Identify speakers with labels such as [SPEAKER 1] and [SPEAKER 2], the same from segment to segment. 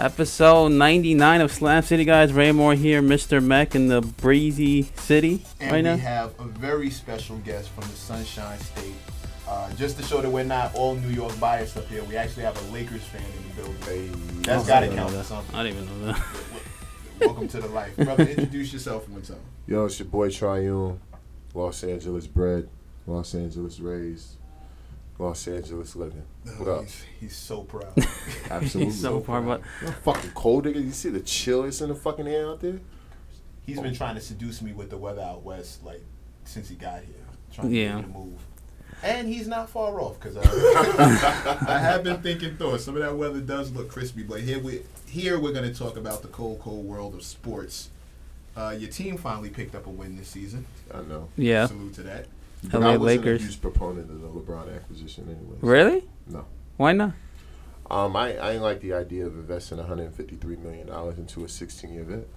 [SPEAKER 1] Episode 99 of Slam City, guys. Ray Moore here, Mr. Mech in the breezy city
[SPEAKER 2] And
[SPEAKER 1] right
[SPEAKER 2] we
[SPEAKER 1] now.
[SPEAKER 2] have a very special guest from the Sunshine State. Uh, just to show that we're not all New York biased up here, we actually have a Lakers fan in the building. That's
[SPEAKER 1] Oh,
[SPEAKER 2] got to
[SPEAKER 1] yeah,
[SPEAKER 2] count for
[SPEAKER 1] that's-
[SPEAKER 2] something.
[SPEAKER 1] I didn't even know that.
[SPEAKER 2] Welcome to the life. Brother, introduce yourself one time.
[SPEAKER 3] Yo, it's your boy Triune, Los Angeles bred, Los Angeles raised, Los Angeles living. What up?
[SPEAKER 2] He's, he's so proud.
[SPEAKER 3] Absolutely.
[SPEAKER 1] He's so far, but
[SPEAKER 3] You know how fucking cold, nigga. You see the chill that's in the fucking air out there?
[SPEAKER 2] He's
[SPEAKER 1] Oh.
[SPEAKER 2] been trying to seduce me with the weather out west, like, since he got here. Trying to
[SPEAKER 1] Yeah.
[SPEAKER 2] get me to move. And he's not far off, because I, I have been thinking through it. Some of that weather does look crispy, but here, we, here we're going to talk about the cold, cold world of sports. Uh, your team finally picked up a win this season.
[SPEAKER 3] I know.
[SPEAKER 1] yeah.
[SPEAKER 2] Salute to that.
[SPEAKER 3] But
[SPEAKER 1] LA
[SPEAKER 3] I wasn't
[SPEAKER 1] Lakers.
[SPEAKER 3] a huge proponent of the LeBron acquisition anyway.
[SPEAKER 1] Really?
[SPEAKER 3] No.
[SPEAKER 1] Why not?
[SPEAKER 3] Um, I, I ain't like the idea of investing $153 million into a 16-year vet.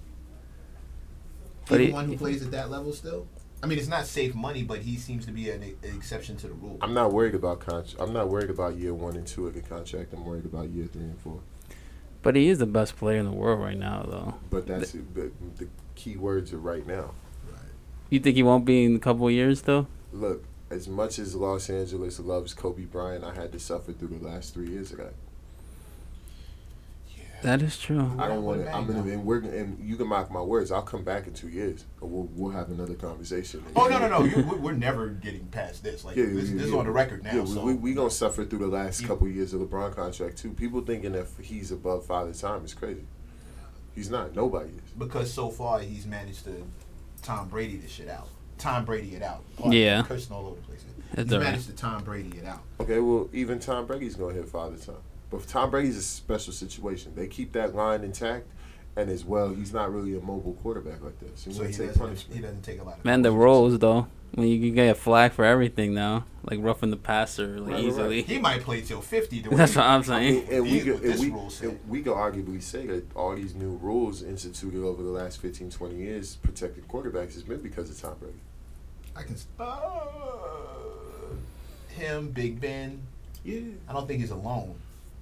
[SPEAKER 1] But he-
[SPEAKER 2] Anyone who plays at that level still? I mean, it's not safe money, but he seems to be an, e- an exception to the rule.
[SPEAKER 3] I'm not worried about con- I'm not worried about year one and two of the contract. I'm worried about year three and four.
[SPEAKER 1] But he is the best player in the world right now, though.
[SPEAKER 3] But that's but the key words are right now.
[SPEAKER 1] You think he won't be in a couple of years, though?
[SPEAKER 3] Look, as much as Los Angeles loves Kobe Bryant, I had to suffer through the last three years of that.
[SPEAKER 1] That is true.
[SPEAKER 3] I
[SPEAKER 2] Yeah,
[SPEAKER 3] don't want
[SPEAKER 2] but
[SPEAKER 3] to. I'm
[SPEAKER 2] man,
[SPEAKER 3] gonna.
[SPEAKER 2] no.
[SPEAKER 3] And we're gonna- and you can mock my words. I'll come back in two years, and we'll we'll have another conversation.
[SPEAKER 2] Oh no no no! You, we- we're never getting past this. Like
[SPEAKER 3] Yeah,
[SPEAKER 2] this,
[SPEAKER 3] yeah,
[SPEAKER 2] this is
[SPEAKER 3] yeah.
[SPEAKER 2] on the record now.
[SPEAKER 3] Yeah, we,
[SPEAKER 2] so
[SPEAKER 3] we, we gonna suffer through the last
[SPEAKER 2] You-
[SPEAKER 3] couple years of LeBron contract too. People thinking that he's above father time is crazy. He's not. Nobody is.
[SPEAKER 2] because so far he's managed to Tom Brady this shit out. Tom Brady it out.
[SPEAKER 1] Yeah.
[SPEAKER 2] I'm cursing all over the place.
[SPEAKER 1] That's
[SPEAKER 2] he's
[SPEAKER 1] all right.
[SPEAKER 2] managed to Tom Brady it out.
[SPEAKER 3] Okay, well, even Tom Brady's gonna hit father time, but Tom Brady's a special situation. They keep that line intact, and as well, he's not really a mobile quarterback like that. So,
[SPEAKER 2] So
[SPEAKER 3] he
[SPEAKER 2] he
[SPEAKER 3] take
[SPEAKER 2] doesn't,
[SPEAKER 3] punishment.
[SPEAKER 2] he doesn't take a lot of.
[SPEAKER 1] Man, the
[SPEAKER 2] punishments.
[SPEAKER 1] rules, though. When you can get a flag for everything now, like roughing the passer like,
[SPEAKER 3] Right, right, right.
[SPEAKER 1] easily.
[SPEAKER 2] He might play till fifty. The way
[SPEAKER 1] That's
[SPEAKER 2] he-
[SPEAKER 1] what I'm
[SPEAKER 3] I mean,
[SPEAKER 1] saying.
[SPEAKER 3] and we
[SPEAKER 2] These-
[SPEAKER 3] could, and
[SPEAKER 2] this
[SPEAKER 3] we,
[SPEAKER 2] rule set.
[SPEAKER 3] and we could arguably say that all these new rules instituted over the last 15, 20 years protecting quarterbacks has been because of Tom Brady.
[SPEAKER 2] I can. s- Uh, him, Big Ben.
[SPEAKER 3] Yeah,
[SPEAKER 2] I don't think he's alone.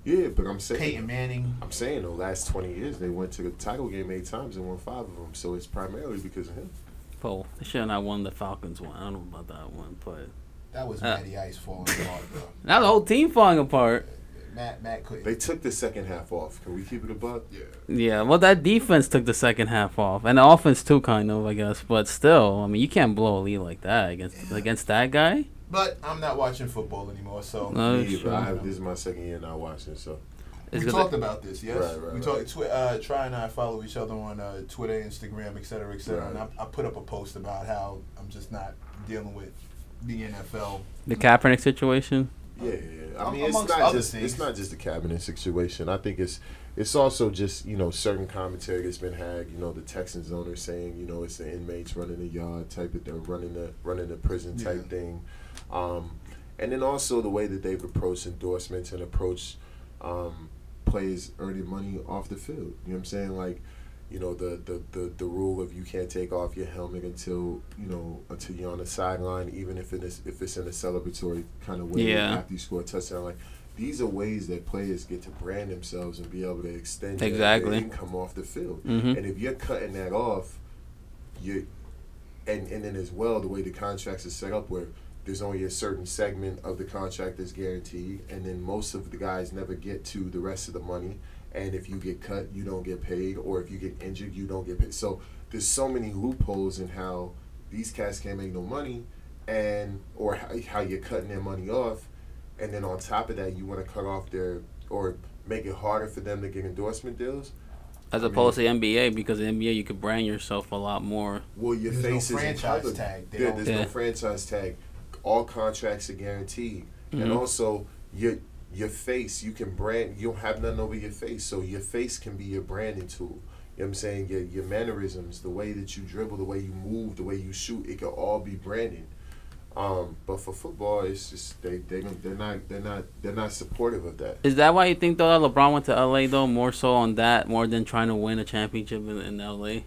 [SPEAKER 3] yeah, but I'm saying
[SPEAKER 2] Peyton Manning.
[SPEAKER 3] I'm saying the last 20 years they went to the title game eight times and won five of them, so it's primarily because of him.
[SPEAKER 1] Oh, they should have not won the Falcons one. I don't know about that one, but
[SPEAKER 2] That was
[SPEAKER 1] Uh.
[SPEAKER 2] Matty Ice falling apart, bro.
[SPEAKER 1] now the whole team falling apart.
[SPEAKER 2] Matt Matt couldn't.
[SPEAKER 3] They took the second half off. Can we keep it a buck?
[SPEAKER 2] yeah.
[SPEAKER 1] Yeah, well, that defense took the second half off, and the offense too, kind of, I guess. But still, I mean, you can't blow a lead like that against against that guy.
[SPEAKER 2] But I'm not watching football anymore, so
[SPEAKER 1] No,
[SPEAKER 3] Me,
[SPEAKER 1] it's
[SPEAKER 3] but
[SPEAKER 1] true.
[SPEAKER 3] I have, this is my second year not watching, so
[SPEAKER 1] It's
[SPEAKER 2] we
[SPEAKER 1] gonna-
[SPEAKER 2] talked about this, yes.
[SPEAKER 3] Right, right,
[SPEAKER 2] we
[SPEAKER 3] right.
[SPEAKER 2] talked. Twi- uh, Try and I follow each other on uh, Twitter, Instagram, et cetera, et cetera.
[SPEAKER 3] Right.
[SPEAKER 2] And I, I put up a post about how I'm just not dealing with the NFL.
[SPEAKER 1] the Kaepernick situation.
[SPEAKER 3] yeah, yeah. yeah. I
[SPEAKER 2] Am-
[SPEAKER 3] mean, it's
[SPEAKER 2] amongst
[SPEAKER 3] not
[SPEAKER 2] other
[SPEAKER 3] just
[SPEAKER 2] things.
[SPEAKER 3] it's not just the cabinet situation. I think it's it's also just you know certain commentary that's been had. You know, the Texans owner saying you know it's the inmates running the yard type of thing, running the running the prison type
[SPEAKER 2] Yeah.
[SPEAKER 3] thing, um, and then also the way that they've approached endorsements and approached um, players earning money off the field. You know what I'm saying? Like. You know the, the, the, the rule of you can't take off your helmet until you know until you're on the sideline, even if it is if it's in a celebratory kind of way
[SPEAKER 1] Yeah.
[SPEAKER 3] after you score a touchdown. Like these are ways that players get to brand themselves and be able to extend their-
[SPEAKER 1] Exactly.
[SPEAKER 3] their income off the field.
[SPEAKER 1] Mhm.
[SPEAKER 3] And if you're cutting that off, you and and then as well the way the contracts are set up where there's only a certain segment of the contract that's guaranteed, and then most of the guys never get to the rest of the money. And if you get cut, you don't get paid, or if you get injured, you don't get paid. So there's so many loopholes in how these cats can't make no money, and or how, how you're cutting their money off, and then on top of that, you want to cut off their or make it harder for them to get endorsement deals.
[SPEAKER 1] As
[SPEAKER 3] I mean-
[SPEAKER 1] opposed to NBA, because NBA you could brand yourself a lot more.
[SPEAKER 3] Well, your
[SPEAKER 2] There's no
[SPEAKER 3] face is
[SPEAKER 2] franchise
[SPEAKER 3] covered.
[SPEAKER 2] tag. They
[SPEAKER 3] Yeah,
[SPEAKER 2] don't-
[SPEAKER 3] there's
[SPEAKER 1] Yeah.
[SPEAKER 3] no franchise tag. All contracts are guaranteed, and also your your face. You can brand. You don't have nothing over your face, so your face can be your branding tool. You know what I'm saying? Your, your mannerisms, the way that you dribble, the way you move, the way you shoot, it could all be branding. Um, but for football, it's just they they don't- they're not they're not they're not supportive of that.
[SPEAKER 1] Is that why you think though that LeBron went to LA though more so on that more than trying to win a championship in, in LA?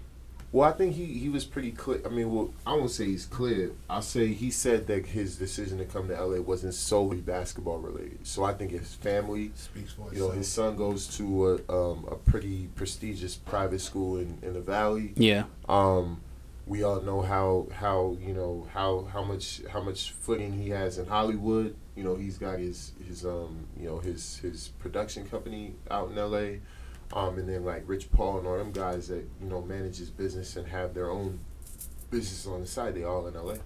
[SPEAKER 3] Well, I think he, he was pretty clear. I mean, well, I won't say he's clear. I'll say he said that his decision to come to LA wasn't solely basketball related. So I think his family,
[SPEAKER 4] Speaks for
[SPEAKER 3] you know, his
[SPEAKER 4] itself.
[SPEAKER 3] son goes to a, um, a pretty prestigious private school in, in the Valley.
[SPEAKER 1] Yeah.
[SPEAKER 3] Um, we all know how how you know how how much how much footing he has in Hollywood. You know, he's got his his um you know his his production company out in L.A. Um, and then like Rich Paul and all them guys that you know manage his business and have their own business on the side. They all in L.A.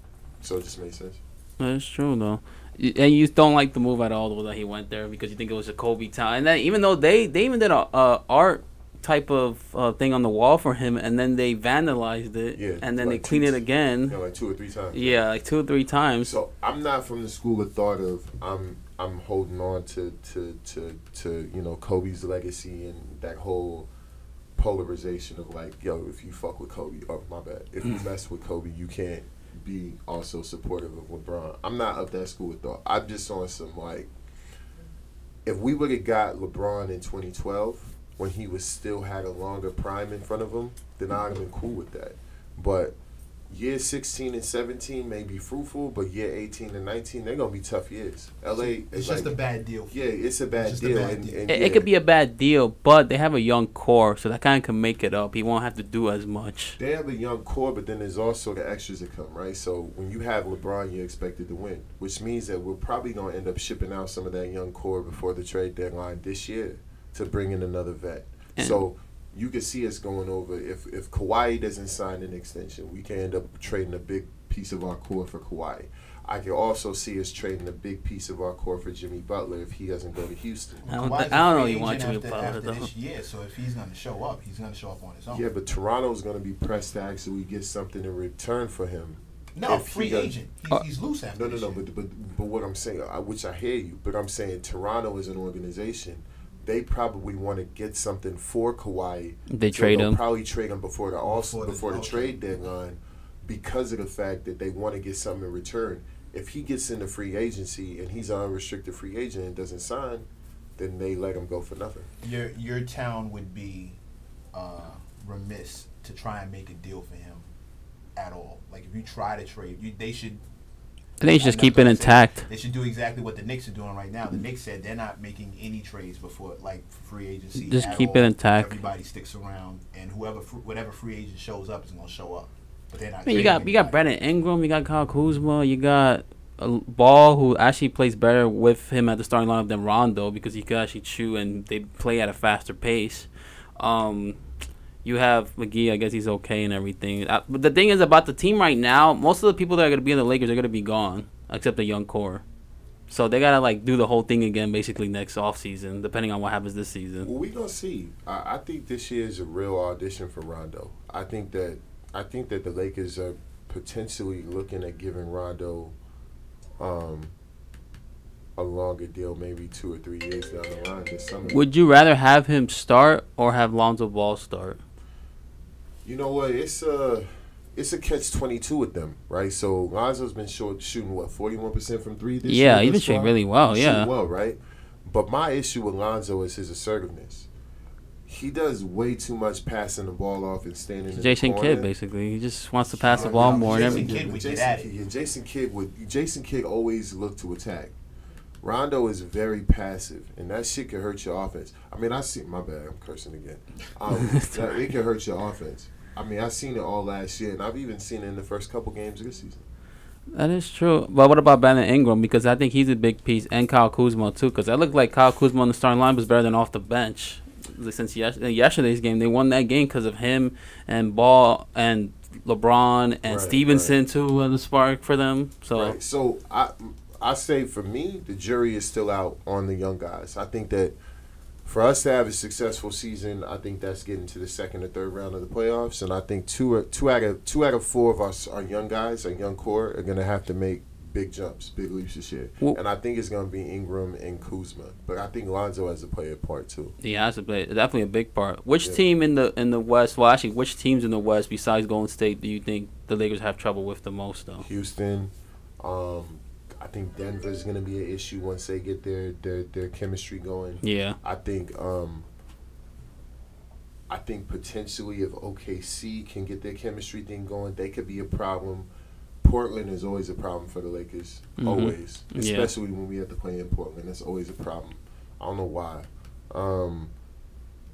[SPEAKER 3] So it just makes sense.
[SPEAKER 1] That's true though, Y- and you don't like the move at all though that he went there because you think it was a Kobe town. And then even though they they even did a, a art type of uh, thing on the wall for him, and then they vandalized it,
[SPEAKER 3] Yeah,
[SPEAKER 1] and then
[SPEAKER 3] like
[SPEAKER 1] they cleaned it
[SPEAKER 3] two-
[SPEAKER 1] again.
[SPEAKER 3] You know, like two or three times.
[SPEAKER 1] Yeah, like two or three times.
[SPEAKER 3] So I'm not from the school of thought of I'm I'm holding on to to to, to you know Kobe's legacy and that whole polarization of like yo if you fuck with Kobe oh my bad if you mess with Kobe you can't be also supportive of LeBron. I'm not of that school of thought. I'm just on some like if we would have got LeBron in 2012 when he was still had a longer prime in front of him, then I'd have been cool with that. But year 16 and 17 may be fruitful, but year 18 and 19, they're going to be tough years. LA,
[SPEAKER 4] It's
[SPEAKER 3] like-
[SPEAKER 4] just a bad deal.
[SPEAKER 3] Yeah, it's a bad
[SPEAKER 4] just a
[SPEAKER 3] deal.
[SPEAKER 4] bad
[SPEAKER 3] and,
[SPEAKER 4] deal.
[SPEAKER 3] and
[SPEAKER 1] It,
[SPEAKER 3] yeah.
[SPEAKER 1] it could be a bad deal, but they have a young core, so that kind of can make it up. He won't have to do as much.
[SPEAKER 3] They have a young core, but then there's also the extras that come, right? So when you have LeBron, you're expected to win, which means that we're probably going to end up shipping out some of that young core before the trade deadline this year to bring in another vet.
[SPEAKER 1] And-
[SPEAKER 3] so you could see us going over if if Kawhi doesn't sign an extension, we can end up trading a big piece of our core for Kawhi. I can also see us trading a big piece of our core for Jimmy Butler if he doesn't go to Houston.
[SPEAKER 1] I don't
[SPEAKER 4] Kawhi's
[SPEAKER 1] thi- I don't
[SPEAKER 4] a
[SPEAKER 1] really
[SPEAKER 4] free
[SPEAKER 1] want
[SPEAKER 4] agent
[SPEAKER 1] you to
[SPEAKER 4] after,
[SPEAKER 1] follow
[SPEAKER 4] after
[SPEAKER 1] it, though.
[SPEAKER 4] this year, so if he's gonna show up, he's gonna show up on his own.
[SPEAKER 3] Yeah, but Toronto's going to be pressed to actually get something in return for him.
[SPEAKER 4] no,
[SPEAKER 3] if he
[SPEAKER 4] free
[SPEAKER 3] does-
[SPEAKER 4] agent. He's,
[SPEAKER 1] Uh,
[SPEAKER 4] he's loose after
[SPEAKER 3] No, no,
[SPEAKER 4] this
[SPEAKER 3] no.
[SPEAKER 4] year.
[SPEAKER 3] But but but what I'm saying, I, which I hear you, but I'm saying Toronto is an organization. They probably want to get something for Kawhi.
[SPEAKER 1] They
[SPEAKER 3] so
[SPEAKER 1] trade
[SPEAKER 3] they'll
[SPEAKER 1] him.
[SPEAKER 3] Probably trade him before the also
[SPEAKER 4] Before the-
[SPEAKER 3] before the
[SPEAKER 4] okay.
[SPEAKER 3] trade deadline, because of the fact that they want to get something in return. If he gets into free agency and he's an unrestricted free agent and doesn't sign, then they let him go for nothing.
[SPEAKER 4] your your town would be uh, remiss to try and make a deal for him at all. Like if you try to trade, you, they should
[SPEAKER 1] I think you should
[SPEAKER 4] I'm
[SPEAKER 1] just
[SPEAKER 4] not
[SPEAKER 1] keep it
[SPEAKER 4] gonna say-
[SPEAKER 1] intact.
[SPEAKER 4] They should do exactly what the Knicks are doing right now. The Knicks said they're not making any trades before like free agency.
[SPEAKER 1] Just
[SPEAKER 4] at
[SPEAKER 1] keep
[SPEAKER 4] all.
[SPEAKER 1] it intact.
[SPEAKER 4] Everybody sticks around, and whoever fr- whatever free agent shows up is gonna show up. But they're not.
[SPEAKER 1] I mean, you
[SPEAKER 4] trading
[SPEAKER 1] got you got
[SPEAKER 4] anybody.
[SPEAKER 1] Brandon Ingram, you got Kyle Kuzma, you got uh, Ball, who actually plays better with him at the starting lineup than Rondo because he could actually chew and they play at a faster pace. Um, you have McGee, I guess he's okay and everything. Uh but the thing is about the team right now, most of the people that are going to be in the Lakers are going to be gone, except the young core. So they gotta like do the whole thing again, basically next offseason, depending on what happens this season.
[SPEAKER 3] Well, we gonna see. I, I think this year is a real audition for Rondo. I think that I think that the Lakers are potentially looking at giving Rondo um, a longer deal, maybe two or three years down the line this summer.
[SPEAKER 1] Would you rather have him start or have Lonzo Ball start?
[SPEAKER 3] You know what? It's a it's a catch twenty two with them, right? So Lonzo's been short, shooting what forty one percent from three this year.
[SPEAKER 1] yeah, he's been
[SPEAKER 3] thus
[SPEAKER 1] shooting
[SPEAKER 3] far?
[SPEAKER 1] really well.
[SPEAKER 3] shooting
[SPEAKER 1] Oh, Yeah,
[SPEAKER 3] well, right? But my issue with Lonzo is his assertiveness. He does way too much passing the ball off and standing. in
[SPEAKER 1] Jason
[SPEAKER 3] the corner.
[SPEAKER 1] Kidd basically. He just wants to pass the
[SPEAKER 3] Uh,
[SPEAKER 1] ball
[SPEAKER 3] yeah,
[SPEAKER 1] more and
[SPEAKER 4] Jason
[SPEAKER 1] everything.
[SPEAKER 4] Kidd would
[SPEAKER 3] Jason
[SPEAKER 4] get at it.
[SPEAKER 3] Kidd- yeah, Jason Kidd would. Jason Kidd always looked to attack. Rondo is very passive, and that shit could hurt your offense. I mean, I see. My bad, I'm cursing again. Um, that, it could hurt your offense. I mean, I've seen it all last year, and I've even seen it in the first couple games of this season.
[SPEAKER 1] That is true. But what about Brandon Ingram? Because I think he's a big piece, and Kyle Kuzma too. Because I look like Kyle Kuzma on the starting line was better than off the bench. Like, Since yes- uh, yesterday's game, they won that game because of him and Ball and LeBron and
[SPEAKER 3] Right,
[SPEAKER 1] Stevenson too was the spark for them. So
[SPEAKER 3] Right. So I I say for me, the jury is still out on the young guys. I think that for us to have a successful season, I think that's getting to the second or third round of the playoffs, and I think two or, two out of two out of four of us our young guys, our young core, are gonna have to make big jumps, big leaps this year.
[SPEAKER 1] Well-
[SPEAKER 3] and I think it's gonna be Ingram and Kuzma, but I think Lonzo has to play a part too.
[SPEAKER 1] yeah, that's a big, definitely a big part. Which
[SPEAKER 3] Yeah.
[SPEAKER 1] team in the in the West? Well, actually, which teams in the West besides Golden State do you think the Lakers have trouble with the most though?
[SPEAKER 3] Houston. Um, I think Denver's gonna be an issue once they get their their, their chemistry going.
[SPEAKER 1] Yeah,
[SPEAKER 3] I think um I think potentially if OKC can get their chemistry thing going, they could be a problem. Portland is always a problem for the Lakers,
[SPEAKER 1] Mhm.
[SPEAKER 3] always,
[SPEAKER 1] Yeah.
[SPEAKER 3] especially when we have to play in Portland. That's always a problem. I don't know why. Um,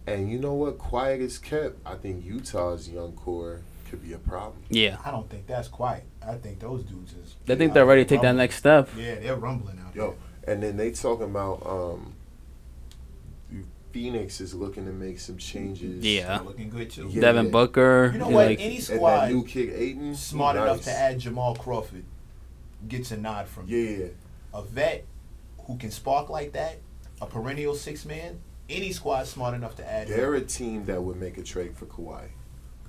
[SPEAKER 3] and you know what? Quiet is kept. I think Utah's young core could be a problem.
[SPEAKER 1] Yeah.
[SPEAKER 2] I don't think that's quiet. I think those dudes is.
[SPEAKER 1] They think they're ready to take that
[SPEAKER 3] Um,
[SPEAKER 2] rumbling.
[SPEAKER 1] next step.
[SPEAKER 2] Yeah, they're rumbling out.
[SPEAKER 3] Yo, and then they talking about um, Phoenix is looking to make some changes.
[SPEAKER 2] there.
[SPEAKER 1] Yeah.
[SPEAKER 2] They're looking good too.
[SPEAKER 3] Yeah.
[SPEAKER 1] Devin Booker.
[SPEAKER 2] You know
[SPEAKER 1] yeah,
[SPEAKER 2] what?
[SPEAKER 1] like-
[SPEAKER 2] Any
[SPEAKER 3] And that
[SPEAKER 2] squad
[SPEAKER 3] new kid Aiden,
[SPEAKER 2] smart
[SPEAKER 3] nice.
[SPEAKER 2] enough to add Jamal Crawford gets a nod from you.
[SPEAKER 3] Yeah,
[SPEAKER 2] a vet who can spark like that, a perennial six man. Any squad smart enough to add. him.
[SPEAKER 3] they're a team that would make a trade for Kawhi.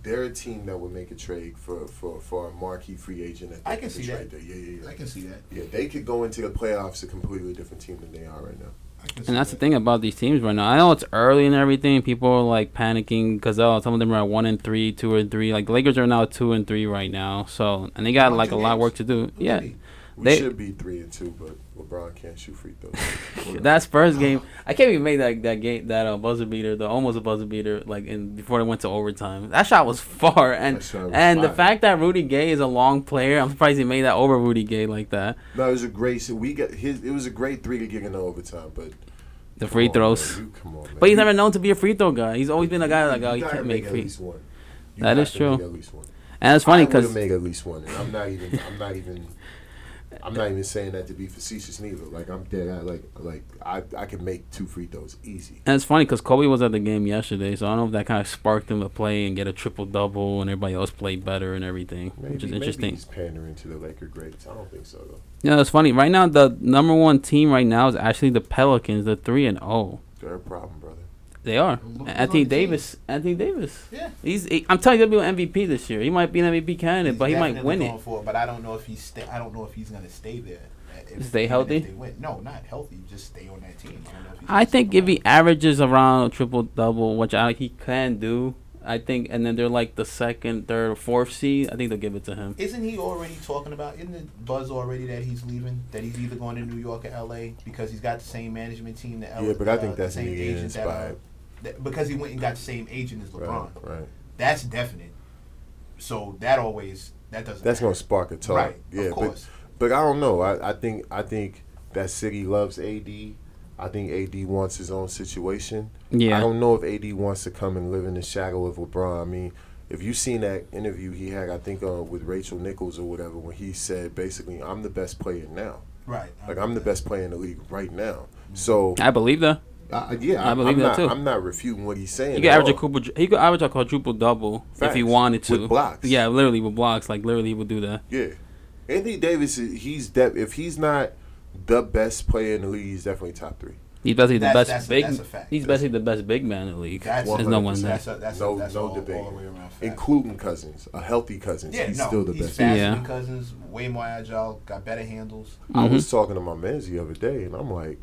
[SPEAKER 3] They're a team that would make a trade for for, for a marquee free agent. That they
[SPEAKER 2] I can
[SPEAKER 3] could
[SPEAKER 2] see
[SPEAKER 3] trade
[SPEAKER 2] that.
[SPEAKER 3] There. Yeah, yeah, yeah.
[SPEAKER 4] I can see that.
[SPEAKER 3] Yeah, they could go into the playoffs a completely different team than they are right now.
[SPEAKER 4] I can see
[SPEAKER 1] And that's the
[SPEAKER 4] that.
[SPEAKER 1] thing about these teams right now. I know it's early and everything. People are like panicking because oh, some of them are at one and three, two and three. Like the Lakers are now two and three right now. So and they got
[SPEAKER 4] Won
[SPEAKER 1] like
[SPEAKER 4] two
[SPEAKER 1] a lot of
[SPEAKER 4] games.
[SPEAKER 1] work to do.
[SPEAKER 4] Look
[SPEAKER 1] Yeah,
[SPEAKER 4] at me.
[SPEAKER 3] We
[SPEAKER 1] They-
[SPEAKER 3] should be three and two, but LeBron can't shoot free throws.
[SPEAKER 1] that's first game. I can't even make that that game that uh, buzzer beater, the almost a buzzer beater, like in before they went to overtime. That shot was far, and
[SPEAKER 3] That shot was
[SPEAKER 1] and the
[SPEAKER 3] fire.
[SPEAKER 1] fact that Rudy Gay is a long player, I'm surprised he made that over Rudy Gay like that.
[SPEAKER 3] No, it was a great. So we got his. It was a great three to get into overtime, but
[SPEAKER 1] The free
[SPEAKER 3] come on,
[SPEAKER 1] throws,
[SPEAKER 3] man, you- come on, man.
[SPEAKER 1] but he's
[SPEAKER 3] You-
[SPEAKER 1] never known to be a free throw guy. He's always been a guy like oh,
[SPEAKER 3] you
[SPEAKER 1] he
[SPEAKER 3] gotta
[SPEAKER 1] can't make
[SPEAKER 3] at
[SPEAKER 1] free.
[SPEAKER 3] least one. You
[SPEAKER 1] That
[SPEAKER 3] have
[SPEAKER 1] is
[SPEAKER 3] to
[SPEAKER 1] true.
[SPEAKER 3] make at least one.
[SPEAKER 1] And it's funny
[SPEAKER 3] I would've
[SPEAKER 1] because
[SPEAKER 3] made at least one, and I'm not even. I'm not even. I'm not even saying that to be facetious neither. Like I'm dead. I like like I I can make two free throws easy.
[SPEAKER 1] And it's funny because Kobe was at the game yesterday, so I don't know if that kind of sparked him to play and get a triple double, and everybody else played better and everything,
[SPEAKER 3] Maybe,
[SPEAKER 1] which is
[SPEAKER 3] maybe
[SPEAKER 1] interesting.
[SPEAKER 3] he's pandering to the Laker greats. I don't think so though.
[SPEAKER 1] Yeah, it's funny. Right now, the number one team right now is actually the Pelicans, the three and zero.
[SPEAKER 3] They're a problem, brother.
[SPEAKER 1] They are.
[SPEAKER 4] Who's on
[SPEAKER 1] Anthony
[SPEAKER 4] the team?
[SPEAKER 1] Davis. Anthony Davis.
[SPEAKER 2] Yeah.
[SPEAKER 1] He's. He, I'm telling you, he'll be an MVP this year. He might be an MVP candidate,
[SPEAKER 2] He's
[SPEAKER 1] but he might
[SPEAKER 2] definitely
[SPEAKER 1] win
[SPEAKER 2] going
[SPEAKER 1] it.
[SPEAKER 2] For it, but I don't know if he's. Stay, I don't know if he's gonna stay there. uh, If,
[SPEAKER 1] Stay
[SPEAKER 2] even if
[SPEAKER 1] healthy?
[SPEAKER 2] they win. No, not healthy. Just stay on that team. I, don't know if he's
[SPEAKER 1] I
[SPEAKER 2] gonna
[SPEAKER 1] think
[SPEAKER 2] stick
[SPEAKER 1] if he
[SPEAKER 2] around.
[SPEAKER 1] averages around triple double, which I, he can do, I think, and then they're like the second, third, or fourth seed. I think they'll give it to him.
[SPEAKER 2] Isn't he already talking about? Isn't the buzz already that he's leaving? That he's either going to New York or L.A. because he's got the same management team that.
[SPEAKER 3] Yeah, but I think
[SPEAKER 2] the
[SPEAKER 3] that's
[SPEAKER 2] same
[SPEAKER 3] New Year's
[SPEAKER 2] agent that, uh,
[SPEAKER 3] vibe.
[SPEAKER 2] that- because he went and got the same agent as LeBron.
[SPEAKER 3] Right, right.
[SPEAKER 2] That's definite. So that always that doesn't.
[SPEAKER 3] That's gonna
[SPEAKER 2] matter.
[SPEAKER 3] spark a talk.
[SPEAKER 2] Right, of
[SPEAKER 3] Yeah, but
[SPEAKER 2] course.
[SPEAKER 3] but I don't know. I, I think I think that city loves AD. I think AD wants his own situation.
[SPEAKER 1] Yeah.
[SPEAKER 3] I don't know if AD wants to come and live in the shadow of LeBron. I mean, if you seen that interview he had, I think uh, with Rachel Nichols or whatever, when he said basically, "I'm the best player now.
[SPEAKER 2] right.
[SPEAKER 3] Like I'm the best player in the league right now." So
[SPEAKER 1] I believe that.
[SPEAKER 3] I, yeah,
[SPEAKER 1] I
[SPEAKER 3] I
[SPEAKER 1] believe
[SPEAKER 3] am
[SPEAKER 1] that
[SPEAKER 3] not,
[SPEAKER 1] too.
[SPEAKER 3] I'm not refuting what he's saying.
[SPEAKER 1] He could
[SPEAKER 3] at
[SPEAKER 1] average a
[SPEAKER 3] all.
[SPEAKER 1] quadruple. He could average a quadruple double if he
[SPEAKER 3] Facts.
[SPEAKER 1] wanted to.
[SPEAKER 3] With blocks.
[SPEAKER 1] Yeah, literally with blocks. Like literally, he would do that.
[SPEAKER 3] Yeah, Anthony Davis. is- He's de- if he's not the best player in the league, he's definitely top three.
[SPEAKER 1] He's basically
[SPEAKER 2] That's-
[SPEAKER 1] the best
[SPEAKER 2] that's a-
[SPEAKER 1] big.
[SPEAKER 2] that's a fact.
[SPEAKER 1] He's basically the best big man in the league.
[SPEAKER 2] That's
[SPEAKER 1] There's no one there.
[SPEAKER 2] That's a, that's
[SPEAKER 3] no,
[SPEAKER 2] a, that's
[SPEAKER 3] no
[SPEAKER 2] all,
[SPEAKER 3] debate.
[SPEAKER 2] All the way around fact.
[SPEAKER 3] Including Cousins, a healthy Cousins.
[SPEAKER 2] yeah,
[SPEAKER 3] he's
[SPEAKER 2] no,
[SPEAKER 3] still the
[SPEAKER 2] he's
[SPEAKER 3] best.
[SPEAKER 2] faster
[SPEAKER 1] Yeah.
[SPEAKER 2] than Cousins. Way more agile. Got better handles.
[SPEAKER 1] Mm-hmm.
[SPEAKER 3] I was talking to my mans the other day, and I'm like,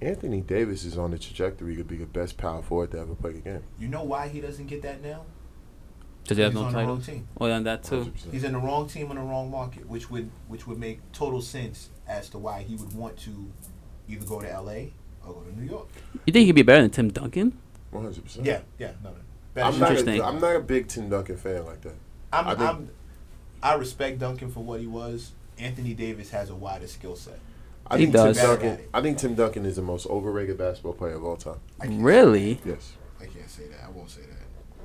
[SPEAKER 3] Anthony Davis is on the trajectory to be the best power forward to ever play the game.
[SPEAKER 2] You know why he doesn't get that now?
[SPEAKER 1] Because he has
[SPEAKER 2] he's
[SPEAKER 1] no
[SPEAKER 2] on the wrong
[SPEAKER 1] title.
[SPEAKER 2] team.
[SPEAKER 1] Well, and Oh, that too.
[SPEAKER 3] 100%.
[SPEAKER 2] He's in the wrong team in the wrong market, which would which would make total sense as to why he would want to either go to L.A. or go to New York.
[SPEAKER 1] You think he'd be better than Tim Duncan?
[SPEAKER 3] 100%.
[SPEAKER 2] Yeah, yeah, no, no. Better
[SPEAKER 3] I'm
[SPEAKER 2] shot.
[SPEAKER 3] not,
[SPEAKER 1] Interesting.
[SPEAKER 3] a, I'm not a big Tim Duncan fan like that.
[SPEAKER 2] I'm,
[SPEAKER 3] I
[SPEAKER 2] I,
[SPEAKER 3] think-
[SPEAKER 2] am I respect Duncan for what he was. Anthony Davis has a wider skill set.
[SPEAKER 3] I
[SPEAKER 1] He
[SPEAKER 3] think
[SPEAKER 1] does.
[SPEAKER 3] Tim Duncan, I think Tim Duncan is the most overrated basketball player of all time.
[SPEAKER 2] I can't say
[SPEAKER 1] Really?
[SPEAKER 3] Yes.
[SPEAKER 2] that. I can't say that. I won't say that.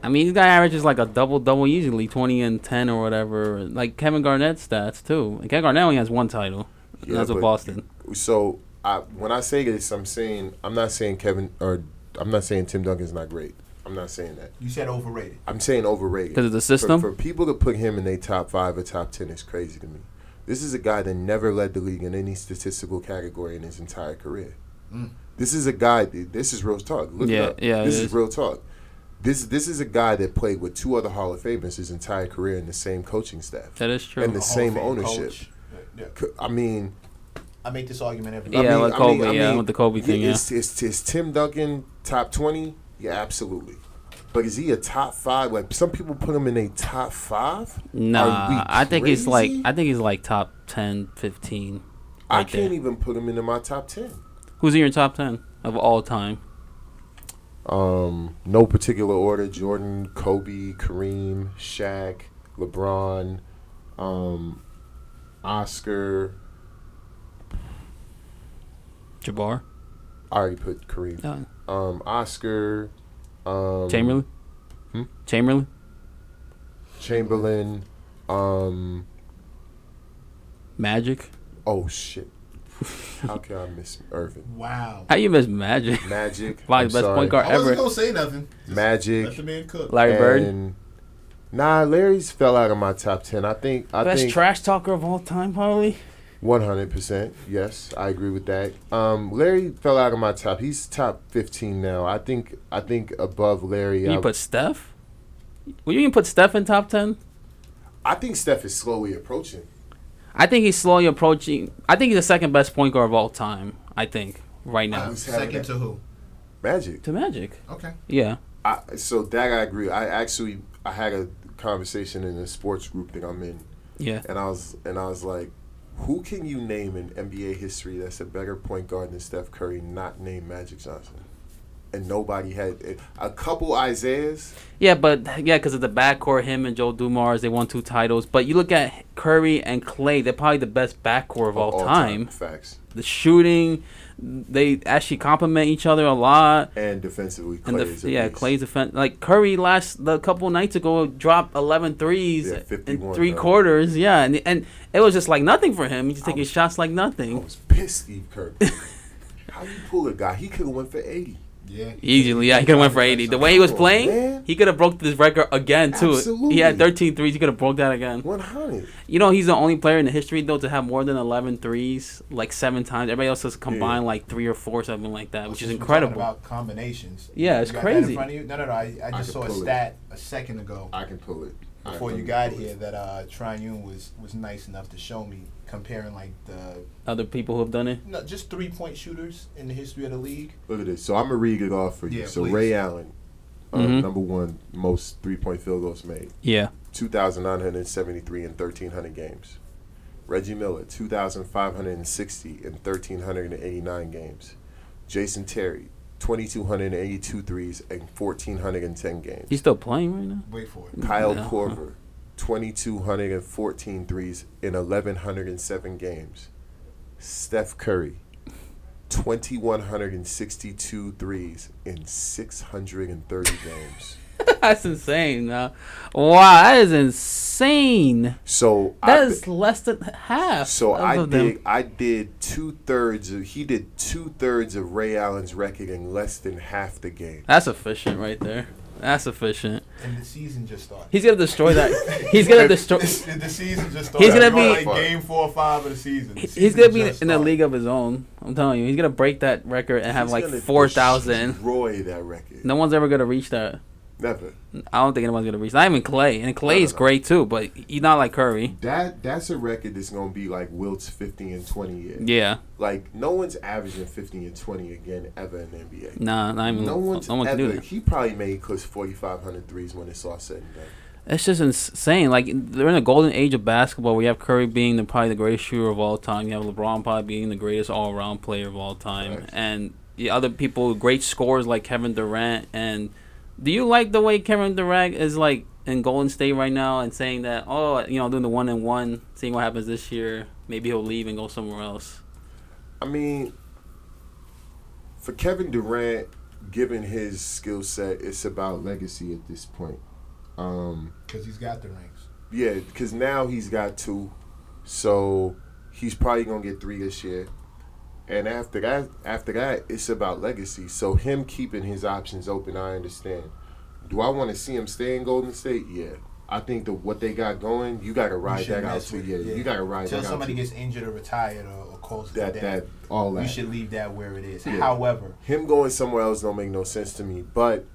[SPEAKER 1] I mean, this guy averages like a double double easily, twenty and ten or whatever. Like Kevin Garnett's stats too. And Kevin Garnett only has one title.
[SPEAKER 3] Yeah,
[SPEAKER 1] that's with
[SPEAKER 3] but-
[SPEAKER 1] Boston.
[SPEAKER 3] So I, when I say this, I'm saying I'm not saying Kevin or I'm not saying Tim Duncan's not great. I'm not saying that.
[SPEAKER 2] You said overrated.
[SPEAKER 3] I'm saying overrated
[SPEAKER 1] 'Cause of the system?
[SPEAKER 3] For, for people to put him in their top five or top ten is crazy to me. This is a guy that never led the league in any statistical category in his entire career. This is a guy. This is real talk. Look
[SPEAKER 1] Yeah,
[SPEAKER 3] it up.
[SPEAKER 1] yeah, it
[SPEAKER 3] This is
[SPEAKER 1] is.
[SPEAKER 3] real talk. This this is a guy that played with two other Hall of Famers his entire career in the same coaching staff.
[SPEAKER 1] That is true.
[SPEAKER 3] And the
[SPEAKER 2] A Hall
[SPEAKER 3] same
[SPEAKER 2] of Fame
[SPEAKER 3] ownership.
[SPEAKER 2] coach. Yeah, yeah.
[SPEAKER 3] C- I mean,
[SPEAKER 2] I make this argument every
[SPEAKER 1] Yeah,
[SPEAKER 2] time.
[SPEAKER 3] I mean,
[SPEAKER 1] like
[SPEAKER 3] I
[SPEAKER 1] Kobe,
[SPEAKER 3] mean- I
[SPEAKER 1] yeah,
[SPEAKER 3] mean,
[SPEAKER 1] with the Kobe thing, yeah.
[SPEAKER 3] Is, is, is Tim Duncan top 20? Yeah, absolutely. But is he a top five? Like, some people put him in a top five? Are we
[SPEAKER 1] Nah, I think he's like
[SPEAKER 3] crazy?
[SPEAKER 1] I think he's like top 10, 15.
[SPEAKER 3] I
[SPEAKER 1] right
[SPEAKER 3] can't
[SPEAKER 1] there.
[SPEAKER 3] even put him into my top 10.
[SPEAKER 1] Who's in your top ten of all time?
[SPEAKER 3] Um, no particular order: Jordan, Kobe, Kareem, Shaq, LeBron, um, Oscar.
[SPEAKER 1] Jabbar,
[SPEAKER 3] I already put Kareem.
[SPEAKER 1] uh,
[SPEAKER 3] Um, Oscar. Um,
[SPEAKER 1] Chamberlain,
[SPEAKER 3] Hmm?
[SPEAKER 1] Chamberlain,
[SPEAKER 3] Chamberlain. Um,
[SPEAKER 1] Magic.
[SPEAKER 3] oh shit! How can I miss Irving?
[SPEAKER 2] Wow.
[SPEAKER 1] How you miss Magic?
[SPEAKER 3] Magic.
[SPEAKER 1] Probably
[SPEAKER 3] I'm
[SPEAKER 1] best
[SPEAKER 3] sorry.
[SPEAKER 1] point guard
[SPEAKER 4] I wasn't
[SPEAKER 1] ever.
[SPEAKER 4] gonna say nothing. Just Let
[SPEAKER 3] Magic.
[SPEAKER 4] the man cook.
[SPEAKER 1] Larry Bird,
[SPEAKER 3] and- Nah, Larry's fell out of my top ten. I think. I
[SPEAKER 1] best
[SPEAKER 3] think
[SPEAKER 1] trash talker of all time, probably.
[SPEAKER 3] One hundred percent. Yes, I agree with that. Um, Larry fell out of my top. He's top fifteen now. I think. I think above Larry. I,
[SPEAKER 1] You put Steph. Well, you can put Steph in top ten.
[SPEAKER 3] I think Steph is slowly approaching.
[SPEAKER 1] I think he's slowly approaching. I think he's the second best point guard of all time. I think right
[SPEAKER 4] Wow,
[SPEAKER 1] now
[SPEAKER 3] was having
[SPEAKER 4] second
[SPEAKER 3] that.
[SPEAKER 4] to who?
[SPEAKER 3] Magic.
[SPEAKER 1] to Magic.
[SPEAKER 4] Okay.
[SPEAKER 1] Yeah,
[SPEAKER 3] I, so that I agree. I actually I had a conversation in a sports group that I'm in,
[SPEAKER 1] yeah.
[SPEAKER 3] and I was and I was like, who can you name in NBA history that's a better point guard than Steph Curry? Not named Magic Johnson. And nobody had eh, a couple Isaiahs.
[SPEAKER 1] Yeah, but yeah, because of the backcourt, him and Joe Dumars, they won two titles. But you look at Curry and Clay; they're probably the best backcourt of all, time.
[SPEAKER 3] Facts.
[SPEAKER 1] The shooting, they actually complement each other a lot.
[SPEAKER 3] And defensively,
[SPEAKER 1] And
[SPEAKER 3] Clay
[SPEAKER 1] the, f
[SPEAKER 3] is a
[SPEAKER 1] yeah,
[SPEAKER 3] beast.
[SPEAKER 1] Clay's offense. Like Curry last the couple nights ago dropped 11 threes
[SPEAKER 3] Yeah,
[SPEAKER 1] in
[SPEAKER 3] 51,
[SPEAKER 1] three
[SPEAKER 3] right?
[SPEAKER 1] quarters. Yeah, and and it was just like nothing for him. He's just taking
[SPEAKER 3] was-
[SPEAKER 1] shots like
[SPEAKER 3] I
[SPEAKER 1] nothing.
[SPEAKER 3] was pissed, Steve Kirk. How you pull a guy? He could have went for eighty.
[SPEAKER 4] Yeah.
[SPEAKER 1] Easily, yeah, he could have went for 80. The way he was
[SPEAKER 4] Come on,
[SPEAKER 1] playing,
[SPEAKER 3] man.
[SPEAKER 1] he could have broke this record again too. He
[SPEAKER 3] Absolutely.
[SPEAKER 1] had 13 threes. He could have broke that again.
[SPEAKER 3] One hundred.
[SPEAKER 1] You know, he's the only player in the history though to have more than 11 threes like seven times. Everybody else has combined like three or four, something like that, which is
[SPEAKER 2] Since we're
[SPEAKER 1] incredible.
[SPEAKER 2] talking About combinations.
[SPEAKER 1] Yeah, it's
[SPEAKER 2] You got that in
[SPEAKER 1] crazy.
[SPEAKER 2] front of you? No, no, no. I, I just
[SPEAKER 3] can
[SPEAKER 2] saw a
[SPEAKER 3] pull it.
[SPEAKER 2] stat a second ago
[SPEAKER 3] I can pull it I
[SPEAKER 2] before
[SPEAKER 3] can
[SPEAKER 2] you got
[SPEAKER 3] pull it.
[SPEAKER 2] here that uh, Triune was was nice enough to show me comparing like the
[SPEAKER 1] Other people who have done it.
[SPEAKER 2] no, just three point shooters in the history of the league.
[SPEAKER 3] Look at this. So I'm gonna read it off for you.
[SPEAKER 4] Yeah,
[SPEAKER 3] so
[SPEAKER 4] please.
[SPEAKER 3] Ray Allen, uh,
[SPEAKER 1] Mhm.
[SPEAKER 3] number one most three point field goals made,
[SPEAKER 1] Yeah.
[SPEAKER 3] two thousand nine hundred seventy three in thirteen hundred games. Reggie Miller, two thousand five hundred and sixty in thirteen hundred and eighty nine games. Jason Terry, twenty two hundred and eighty two threes in fourteen hundred and ten games.
[SPEAKER 1] He's still playing right now.
[SPEAKER 2] Wait for it.
[SPEAKER 3] Kyle
[SPEAKER 1] No.
[SPEAKER 3] Korver, 2,214 threes in 1,107 games. Steph Curry, 2,162 threes in 630 games.
[SPEAKER 1] That's insane. Uh, wow, that is insane.
[SPEAKER 3] So I
[SPEAKER 1] That
[SPEAKER 3] thi-
[SPEAKER 1] is less than half.
[SPEAKER 3] so
[SPEAKER 1] of
[SPEAKER 3] I did
[SPEAKER 1] them.
[SPEAKER 3] I did two thirds of he did two thirds of Ray Allen's record in less than half the game.
[SPEAKER 1] That's efficient right there. That's efficient.
[SPEAKER 2] And the season just started.
[SPEAKER 1] He's gonna destroy that. He's gonna destroy.
[SPEAKER 2] the, the season just started.
[SPEAKER 1] He's gonna
[SPEAKER 2] We're on,
[SPEAKER 1] be-
[SPEAKER 2] like game four or five of the season. The
[SPEAKER 1] He's
[SPEAKER 2] season
[SPEAKER 1] gonna be
[SPEAKER 2] just
[SPEAKER 1] in a
[SPEAKER 2] started.
[SPEAKER 1] league of his own. I'm telling you, he's gonna break that record and have
[SPEAKER 3] He's
[SPEAKER 1] like
[SPEAKER 3] gonna
[SPEAKER 1] four thousand.
[SPEAKER 3] Destroy that record.
[SPEAKER 1] No one's ever gonna reach that.
[SPEAKER 3] Never.
[SPEAKER 1] I don't think anyone's gonna reach. Not even Clay, and Clay is
[SPEAKER 3] no, no.
[SPEAKER 1] great too, but he's not like Curry.
[SPEAKER 3] That that's a record that's gonna be like Wilt's 50 and 20 years.
[SPEAKER 1] Yeah,
[SPEAKER 3] Like no one's averaging 15 and 20 again ever in the NBA.
[SPEAKER 1] nah, not even.
[SPEAKER 3] No
[SPEAKER 1] No,
[SPEAKER 3] one's
[SPEAKER 1] one can do
[SPEAKER 3] ever.
[SPEAKER 1] that.
[SPEAKER 3] He probably made close to 4,500 threes when it's all said and done.
[SPEAKER 1] It's just insane. Like they're in a golden age of basketball. We have Curry being the, probably the greatest shooter of all time. You have LeBron probably being the greatest all-around player of all time,
[SPEAKER 3] Facts.
[SPEAKER 1] and the other people, great scorers like Kevin Durant. And do you like the way Kevin Durant is like in Golden State right now and saying that, oh, you know, doing the one and one, seeing what happens this year, maybe he'll leave and go somewhere else.
[SPEAKER 3] I mean, for Kevin Durant, given his skill set, it's about legacy at this point. Um,
[SPEAKER 2] because he's got the ranks.
[SPEAKER 3] Yeah, because now he's got two, so he's probably gonna get three this year. And after that, after that, it's about legacy. So him keeping his options open, I understand. Do I want to see him stay in Golden State? Yeah, I think that what they got going, you gotta
[SPEAKER 2] You
[SPEAKER 3] ride that
[SPEAKER 2] shouldn't
[SPEAKER 3] out
[SPEAKER 2] mess
[SPEAKER 3] too.
[SPEAKER 2] with
[SPEAKER 3] Yeah,
[SPEAKER 2] it,
[SPEAKER 3] you gotta ride
[SPEAKER 2] Till
[SPEAKER 3] that out.
[SPEAKER 2] somebody
[SPEAKER 3] Too.
[SPEAKER 2] gets injured or retired or, or closes
[SPEAKER 3] That
[SPEAKER 2] it
[SPEAKER 3] that
[SPEAKER 2] down.
[SPEAKER 3] all that.
[SPEAKER 2] you should leave that where it is.
[SPEAKER 3] Yeah.
[SPEAKER 2] However,
[SPEAKER 3] Him going somewhere else don't make no sense to me. But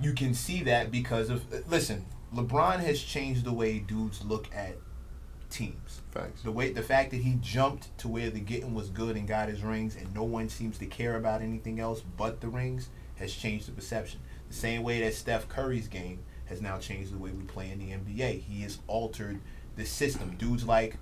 [SPEAKER 2] you can see that because of uh, listen, LeBron has changed the way dudes look at teams.
[SPEAKER 3] facts.
[SPEAKER 2] The way the fact that he jumped to where the getting was good and got his rings and no one seems to care about anything else but the rings has changed the perception. The same way that Steph Curry's game has now changed the way we play in the NBA. He has altered the system. Dudes like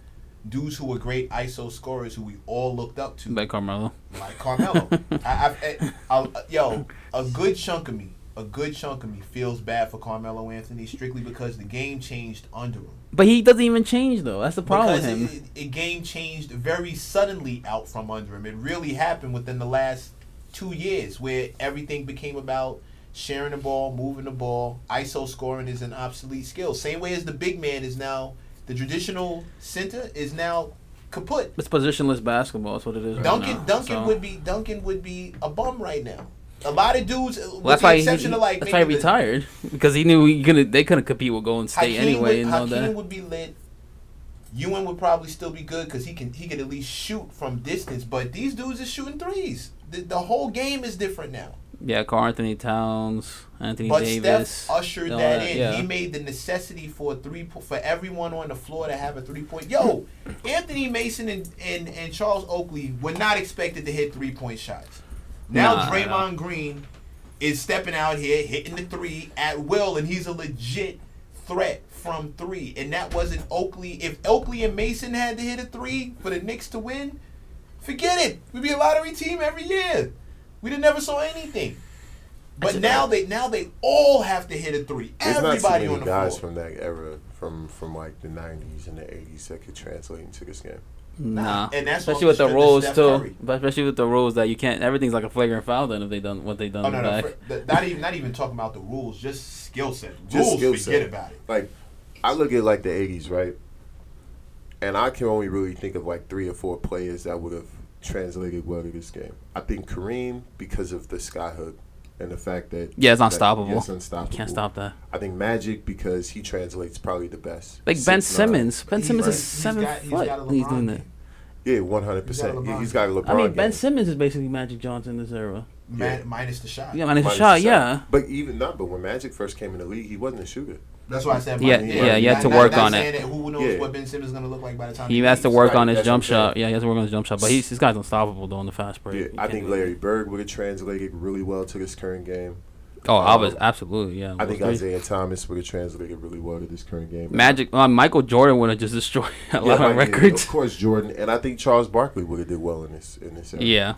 [SPEAKER 2] dudes who were great ISO scorers who we all looked up to
[SPEAKER 1] Like Carmelo.
[SPEAKER 2] eh, like Carmelo. I, I've, I, I, yo, a uh, good chunk of me a good chunk of me feels bad for Carmelo Anthony strictly because the game changed under him.
[SPEAKER 1] But he doesn't even change though. That's the problem
[SPEAKER 2] Because
[SPEAKER 1] with
[SPEAKER 2] It,
[SPEAKER 1] him.
[SPEAKER 2] it- it game changed very suddenly out from under him. It really happened within the last two years where everything became about sharing the ball, moving the ball. ISO scoring is an obsolete skill. Same way as the big man is now, the traditional center is now kaput.
[SPEAKER 1] It's positionless basketball. That's what it is. right
[SPEAKER 2] Duncan
[SPEAKER 1] now,
[SPEAKER 2] Duncan
[SPEAKER 1] so-
[SPEAKER 2] would be Duncan would be a bum right now. A lot of dudes, with
[SPEAKER 1] Well, that's
[SPEAKER 2] the
[SPEAKER 1] why he,
[SPEAKER 2] exception of like
[SPEAKER 1] that's why he
[SPEAKER 2] maybe the-
[SPEAKER 1] retired because he knew he couldn't, they couldn't compete with Golden State
[SPEAKER 2] Hakeem
[SPEAKER 1] anyway
[SPEAKER 2] would,
[SPEAKER 1] and all
[SPEAKER 2] Hakeem
[SPEAKER 1] that.
[SPEAKER 2] would be lit. Ewan would probably still be good because he can he could at least shoot from distance. But these dudes is shooting threes. The, the whole game is different now.
[SPEAKER 1] Yeah, Carl Anthony Towns, Anthony
[SPEAKER 2] But
[SPEAKER 1] Davis.
[SPEAKER 2] Steph ushered
[SPEAKER 1] all
[SPEAKER 2] that in.
[SPEAKER 1] Yeah.
[SPEAKER 2] He made the necessity for a three po- for everyone on the floor to have a three point. Yo, Anthony Mason and, and and Charles Oakley were not expected to hit three point shots. Now
[SPEAKER 1] Nah,
[SPEAKER 2] Draymond
[SPEAKER 1] nah.
[SPEAKER 2] Green is stepping out here hitting the three at will, and he's a legit threat from three. And that wasn't Oakley. If Oakley and Mason had to hit a three for the Knicks to win, forget it. We'd be a lottery team every year. We'd have never saw anything. But now they now they all have to hit a three.
[SPEAKER 3] There's not too
[SPEAKER 2] Everybody
[SPEAKER 3] many
[SPEAKER 2] on the
[SPEAKER 3] guys
[SPEAKER 2] floor.
[SPEAKER 3] from that era, from from like the '90s and the '80s that could translate into this game.
[SPEAKER 1] nah.
[SPEAKER 2] And that's
[SPEAKER 1] Especially
[SPEAKER 2] what
[SPEAKER 1] with the
[SPEAKER 2] should the
[SPEAKER 1] rules
[SPEAKER 2] Steph
[SPEAKER 1] too.
[SPEAKER 2] Curry.
[SPEAKER 1] But especially with the rules that you can't. Everything's like a flagrant foul. Then if they done what they done
[SPEAKER 2] Oh no, no,
[SPEAKER 1] back.
[SPEAKER 2] fr- th- not even not even talking about the rules, just skill set.
[SPEAKER 3] Just
[SPEAKER 2] Rules,
[SPEAKER 3] skill
[SPEAKER 2] forget
[SPEAKER 3] set.
[SPEAKER 2] about it.
[SPEAKER 3] Like, I look at like the '80s, right? And I can only really think of like three or four players that would have translated well to this game. I think Kareem because of the sky hook and the fact that
[SPEAKER 1] Yeah, it's
[SPEAKER 3] that-
[SPEAKER 1] unstoppable.
[SPEAKER 3] yeah, it's unstoppable.
[SPEAKER 1] can't stop that.
[SPEAKER 3] I think Magic because he translates probably the best.
[SPEAKER 1] Like
[SPEAKER 3] Six,
[SPEAKER 1] Ben
[SPEAKER 3] nine.
[SPEAKER 1] Simmons. Ben
[SPEAKER 2] He's
[SPEAKER 1] Simmons
[SPEAKER 2] right.
[SPEAKER 1] is
[SPEAKER 2] He's
[SPEAKER 1] seven
[SPEAKER 2] got- he's
[SPEAKER 1] foot.
[SPEAKER 2] got a
[SPEAKER 1] and he's
[SPEAKER 2] LeBron
[SPEAKER 1] doing
[SPEAKER 2] game.
[SPEAKER 1] that.
[SPEAKER 3] Yeah, one hundred percent.
[SPEAKER 2] LeBron
[SPEAKER 3] Yeah, he's got a LeBron.
[SPEAKER 1] I mean, Ben
[SPEAKER 3] game.
[SPEAKER 1] Simmons is basically Magic Johnson this era.
[SPEAKER 2] Ma-
[SPEAKER 3] Yeah.
[SPEAKER 2] minus the shot.
[SPEAKER 1] Yeah, man, it's a
[SPEAKER 3] Minus
[SPEAKER 1] shot.
[SPEAKER 3] the
[SPEAKER 1] Yeah.
[SPEAKER 3] But even not. But when Magic first came in the league, he wasn't a shooter.
[SPEAKER 2] That's why I said.
[SPEAKER 1] Yeah,
[SPEAKER 2] minus-
[SPEAKER 3] yeah, you had
[SPEAKER 2] not-
[SPEAKER 3] to
[SPEAKER 2] not-
[SPEAKER 1] work
[SPEAKER 2] not
[SPEAKER 1] on it.
[SPEAKER 2] saying that Who knows
[SPEAKER 3] Yeah.
[SPEAKER 2] what Ben Simmons is gonna look like by the time
[SPEAKER 1] He has to
[SPEAKER 2] leaves.
[SPEAKER 1] work
[SPEAKER 3] right,
[SPEAKER 1] on his
[SPEAKER 3] that's
[SPEAKER 1] jump
[SPEAKER 3] what I'm
[SPEAKER 1] shot. Yeah, he has to work on his jump shot. But he's this guy's unstoppable though on the fast break.
[SPEAKER 3] Yeah,
[SPEAKER 1] You
[SPEAKER 3] I
[SPEAKER 1] can't
[SPEAKER 3] think
[SPEAKER 1] do it.
[SPEAKER 3] Larry Bird would have translated really well to this current game.
[SPEAKER 1] Oh, I was
[SPEAKER 3] um,
[SPEAKER 1] absolutely yeah.
[SPEAKER 3] I think
[SPEAKER 1] Those three-
[SPEAKER 3] Isaiah Thomas would have translated really well to this current game.
[SPEAKER 1] Magic. Uh, Michael Jordan would have just destroyed a
[SPEAKER 3] Yeah,
[SPEAKER 1] lot of
[SPEAKER 3] like, yeah,
[SPEAKER 1] records.
[SPEAKER 3] Of course, Jordan, and I think Charles Barkley would have did well in this in this. Era.
[SPEAKER 1] Yeah.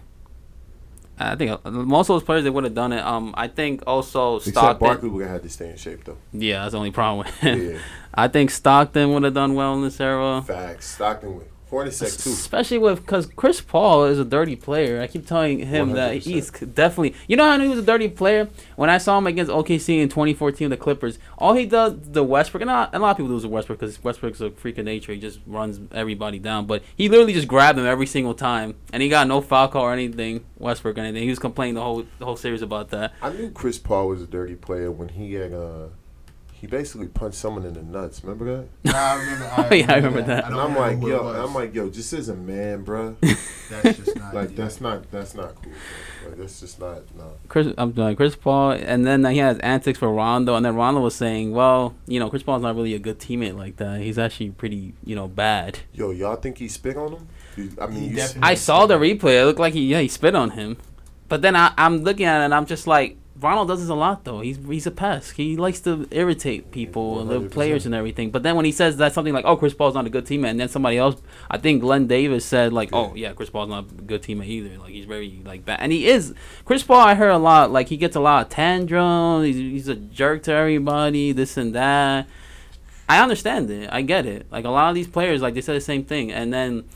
[SPEAKER 1] I think uh, most of those players they would have done it. Um, I think also
[SPEAKER 3] Except
[SPEAKER 1] Stockton.
[SPEAKER 3] Barkley would have had to stay in shape though.
[SPEAKER 1] Yeah, that's the only problem with him.
[SPEAKER 3] Yeah.
[SPEAKER 1] I think Stockton would have done well in this era,
[SPEAKER 3] Facts. Stockton with Hornacek too.
[SPEAKER 1] especially with because Chris Paul is a dirty player. I keep telling him that
[SPEAKER 3] 100%.
[SPEAKER 1] he's c- definitely. You know how I knew he was a dirty player when I saw him against OKC in 2014 with the Clippers. All he does the Westbrook and a, a lot of people lose to Westbrook because Westbrook's a freak of nature. He just runs everybody down, but he literally just grabbed him every single time, and he got no foul call or anything. Westbrook or anything. He was complaining the whole the whole series about that.
[SPEAKER 3] I knew Chris Paul was a dirty player when he had uh, he basically punched someone in the nuts. Remember that?
[SPEAKER 2] Nah, I remember.
[SPEAKER 1] Yeah, I remember that.
[SPEAKER 2] I
[SPEAKER 3] And
[SPEAKER 2] don't
[SPEAKER 3] I'm
[SPEAKER 2] remember
[SPEAKER 3] like,
[SPEAKER 2] who it
[SPEAKER 3] yo,
[SPEAKER 2] was.
[SPEAKER 3] and I'm like, yo, just as a man, bruh.
[SPEAKER 2] that's just not.
[SPEAKER 3] Like that's not that's not cool. Bro. Like that's just not no.
[SPEAKER 1] Chris, I'm doing Chris Paul, and then he has antics for Rondo, and then Rondo was saying, "Well, you know, Chris Paul's not really a good teammate like that. He's actually pretty, you know, bad."
[SPEAKER 3] Yo, y'all think he spit on him? You- I mean,
[SPEAKER 2] He
[SPEAKER 3] you
[SPEAKER 2] definitely-
[SPEAKER 1] I saw the replay. It looked like he, yeah, he spit on him, but then I, I'm looking at it, and I'm just like, Rondo does this a lot though. He's he's a pest. He likes to irritate people, and the
[SPEAKER 3] 100%.
[SPEAKER 1] players, and everything. But then when he says that something like, "Oh, Chris Paul's not a good teammate," and then somebody else, I think Glenn Davis said like, "Oh yeah, Chris Paul's not a good teammate either. Like he's very like bad." And he is. Chris Paul, I heard a lot. Like he gets a lot of tantrums. He's, he's a jerk to everybody. This and that. I understand it. I get it. Like a lot of these players, like they said the same thing. And then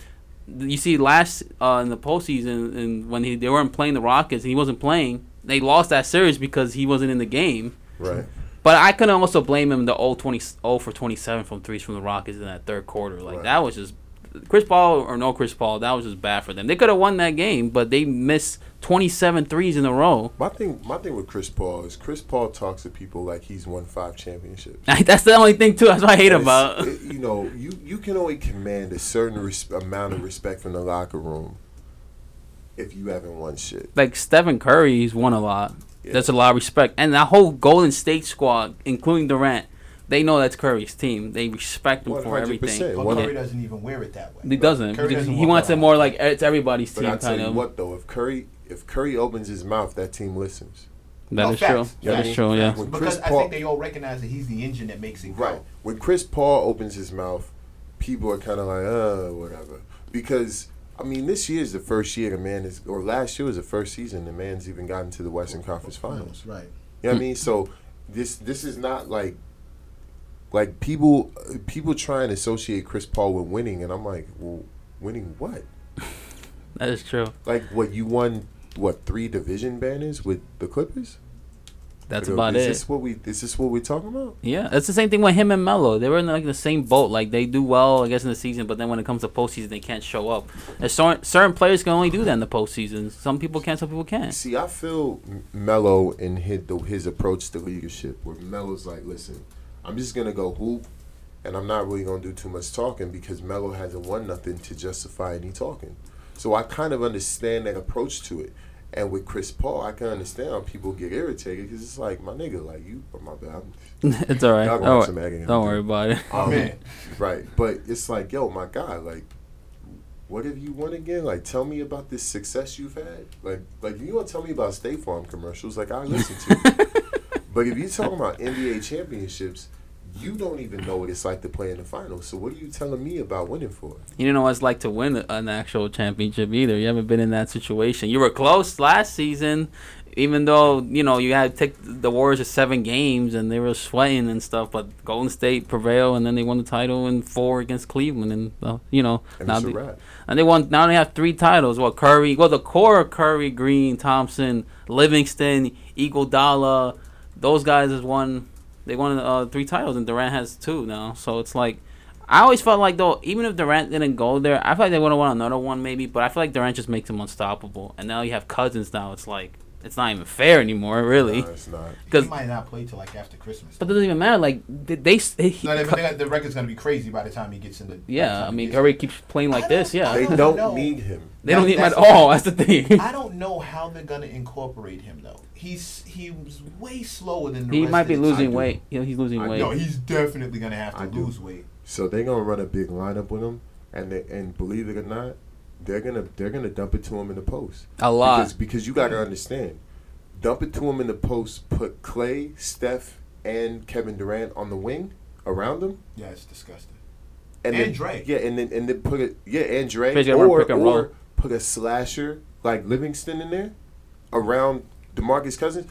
[SPEAKER 1] you see last uh, in the postseason, and when he, they weren't playing the Rockets, and he wasn't playing. They lost that series because he wasn't in the game.
[SPEAKER 3] right.
[SPEAKER 1] But I couldn't also blame him the 0, 20, 0 for 27 from threes from the Rockets in that third quarter. Like,
[SPEAKER 3] Right.
[SPEAKER 1] that was just. Chris Paul or no Chris Paul, that was just bad for them. They could have won that game, but they missed 27 threes in a row.
[SPEAKER 3] My thing, my thing with Chris Paul is Chris Paul talks to people like he's won five championships.
[SPEAKER 1] That's the only thing, too. That's what I hate
[SPEAKER 3] It's-
[SPEAKER 1] about.
[SPEAKER 3] it- you know, you you can only command a certain res- amount of respect from the locker room if you haven't won shit.
[SPEAKER 1] like Stephen Curry, he's won a lot.
[SPEAKER 3] Yeah.
[SPEAKER 1] That's a lot of respect. And that whole Golden State squad, including Durant, they know that's Curry's team. They respect him for
[SPEAKER 3] 100%.
[SPEAKER 1] everything.
[SPEAKER 2] But
[SPEAKER 3] One-
[SPEAKER 2] Curry doesn't even wear it that way.
[SPEAKER 1] He doesn't.
[SPEAKER 2] Curry
[SPEAKER 1] He-
[SPEAKER 2] doesn't
[SPEAKER 1] he
[SPEAKER 2] want
[SPEAKER 1] wants
[SPEAKER 2] that.
[SPEAKER 1] it more like it's everybody's
[SPEAKER 3] But
[SPEAKER 1] team
[SPEAKER 3] I tell
[SPEAKER 1] kind
[SPEAKER 3] you
[SPEAKER 1] of.
[SPEAKER 3] what though, if Curry if Curry opens his mouth, that team listens.
[SPEAKER 1] That
[SPEAKER 2] No,
[SPEAKER 1] is
[SPEAKER 2] facts.
[SPEAKER 1] true.
[SPEAKER 3] Yeah,
[SPEAKER 1] That
[SPEAKER 3] I
[SPEAKER 1] is
[SPEAKER 3] mean,
[SPEAKER 1] true. Yeah.
[SPEAKER 3] when
[SPEAKER 2] because
[SPEAKER 3] Chris
[SPEAKER 2] I
[SPEAKER 3] Paul-
[SPEAKER 2] think they all recognize that he's the engine that makes it go.
[SPEAKER 3] Right. When Chris Paul opens his mouth, people are kind of like, uh, whatever. Because, I mean, this year is the first year the man is, or last year was the first season the man's even gotten to the Western Conference Finals.
[SPEAKER 2] Right.
[SPEAKER 3] You
[SPEAKER 1] Hmm.
[SPEAKER 3] know what I mean? So this this is not like like people people try and associate Chris Paul with winning, and I'm like, well, winning what?
[SPEAKER 1] That is true.
[SPEAKER 3] Like what you won? What three division banners with the Clippers?
[SPEAKER 1] That's
[SPEAKER 3] Like,
[SPEAKER 1] about
[SPEAKER 3] is
[SPEAKER 1] it.
[SPEAKER 3] This what we is this what we're talking about?
[SPEAKER 1] Yeah, it's the same thing with him and Melo. They were in like the same boat. Like they do well, I guess, in the season, but then when it comes to postseason, they can't show up. And certain certain players can only do that in the postseason. Some people can, some people can't.
[SPEAKER 3] See, I feel M- Melo and his the, his approach to leadership, where Melo's like, listen, I'm just gonna go hoop, and I'm not really gonna do too much talking because Melo hasn't won nothing to justify any talking. So I kind of understand that approach to it. And with Chris Paul, I can understand how people get irritated because it's like, my nigga, like you, oh, my bad, I'm-
[SPEAKER 1] it's all right.
[SPEAKER 3] Y'all gonna
[SPEAKER 1] Don't wor-
[SPEAKER 3] watch some agony.
[SPEAKER 1] don't worry about it.
[SPEAKER 2] Oh, man.
[SPEAKER 3] Right. But it's like, yo, my God, like, what have you won again? Like, tell me about this success you've had. Like, like you gonna tell me about State Farm commercials? Like, I listen to. but if you're talking about NBA championships, you don't even know what it's like to play in the finals. So what are you telling me about winning for?
[SPEAKER 1] You don't know what it's like to win an actual championship either. You haven't been in that situation. You were close last season, even though you know you had to take the Warriors to seven games and they were sweating and stuff. But Golden State prevailed, and then they won the title in four against Cleveland, and uh, you know
[SPEAKER 3] And
[SPEAKER 1] now
[SPEAKER 3] it's a
[SPEAKER 1] the-
[SPEAKER 3] wrap.
[SPEAKER 1] and they won. Now they have three titles. Well, Curry, well the core Curry, Green, Thompson, Livingston, Iguodala, those guys has won. They won uh, three titles, and Durant has two now. So it's like, I always felt like though, even if Durant didn't go there, I feel like they would have won another one maybe. But I feel like Durant just makes them unstoppable. And now you have Cousins. Now it's like it's not even fair anymore, really.
[SPEAKER 3] Nah, it's not.
[SPEAKER 1] Because
[SPEAKER 2] he might not play till like after Christmas.
[SPEAKER 1] but it doesn't even matter. Like they, they s- he,
[SPEAKER 2] no, they, but they got, the record's gonna be crazy by the time he gets in the. by the
[SPEAKER 1] yeah.
[SPEAKER 2] time
[SPEAKER 1] I
[SPEAKER 2] he
[SPEAKER 1] mean,
[SPEAKER 2] gets in.
[SPEAKER 1] Curry keeps playing like this. Yeah,
[SPEAKER 3] They
[SPEAKER 2] don't
[SPEAKER 3] don't
[SPEAKER 2] know.
[SPEAKER 3] need him.
[SPEAKER 1] they don't
[SPEAKER 2] That-
[SPEAKER 1] need him at
[SPEAKER 2] that's the-
[SPEAKER 1] all. That's the thing.
[SPEAKER 2] I don't know how they're gonna incorporate him though. He's he was way slower than the
[SPEAKER 1] He
[SPEAKER 2] rest
[SPEAKER 1] might
[SPEAKER 2] of
[SPEAKER 1] be
[SPEAKER 2] the
[SPEAKER 1] losing
[SPEAKER 2] team.
[SPEAKER 1] weight. You know, he's losing
[SPEAKER 3] I-
[SPEAKER 1] weight.
[SPEAKER 2] No, he's definitely gonna have to
[SPEAKER 3] I do.
[SPEAKER 2] lose weight.
[SPEAKER 3] So they're gonna run a big lineup with him, and they, and believe it or not, they're gonna they're gonna dump it to him in the post.
[SPEAKER 1] a lot.
[SPEAKER 3] Because, because you got to understand, dump it to him in the post, put Clay, Steph, and Kevin Durant on the wing around them.
[SPEAKER 2] Yeah, it's disgusting.
[SPEAKER 3] then,
[SPEAKER 2] And Dre.
[SPEAKER 3] Yeah, and then and then put it yeah, and Dre
[SPEAKER 1] Basically, run
[SPEAKER 3] or,
[SPEAKER 1] pick and roll.
[SPEAKER 3] or put a slasher like Livingston in there around DeMarcus Cousins.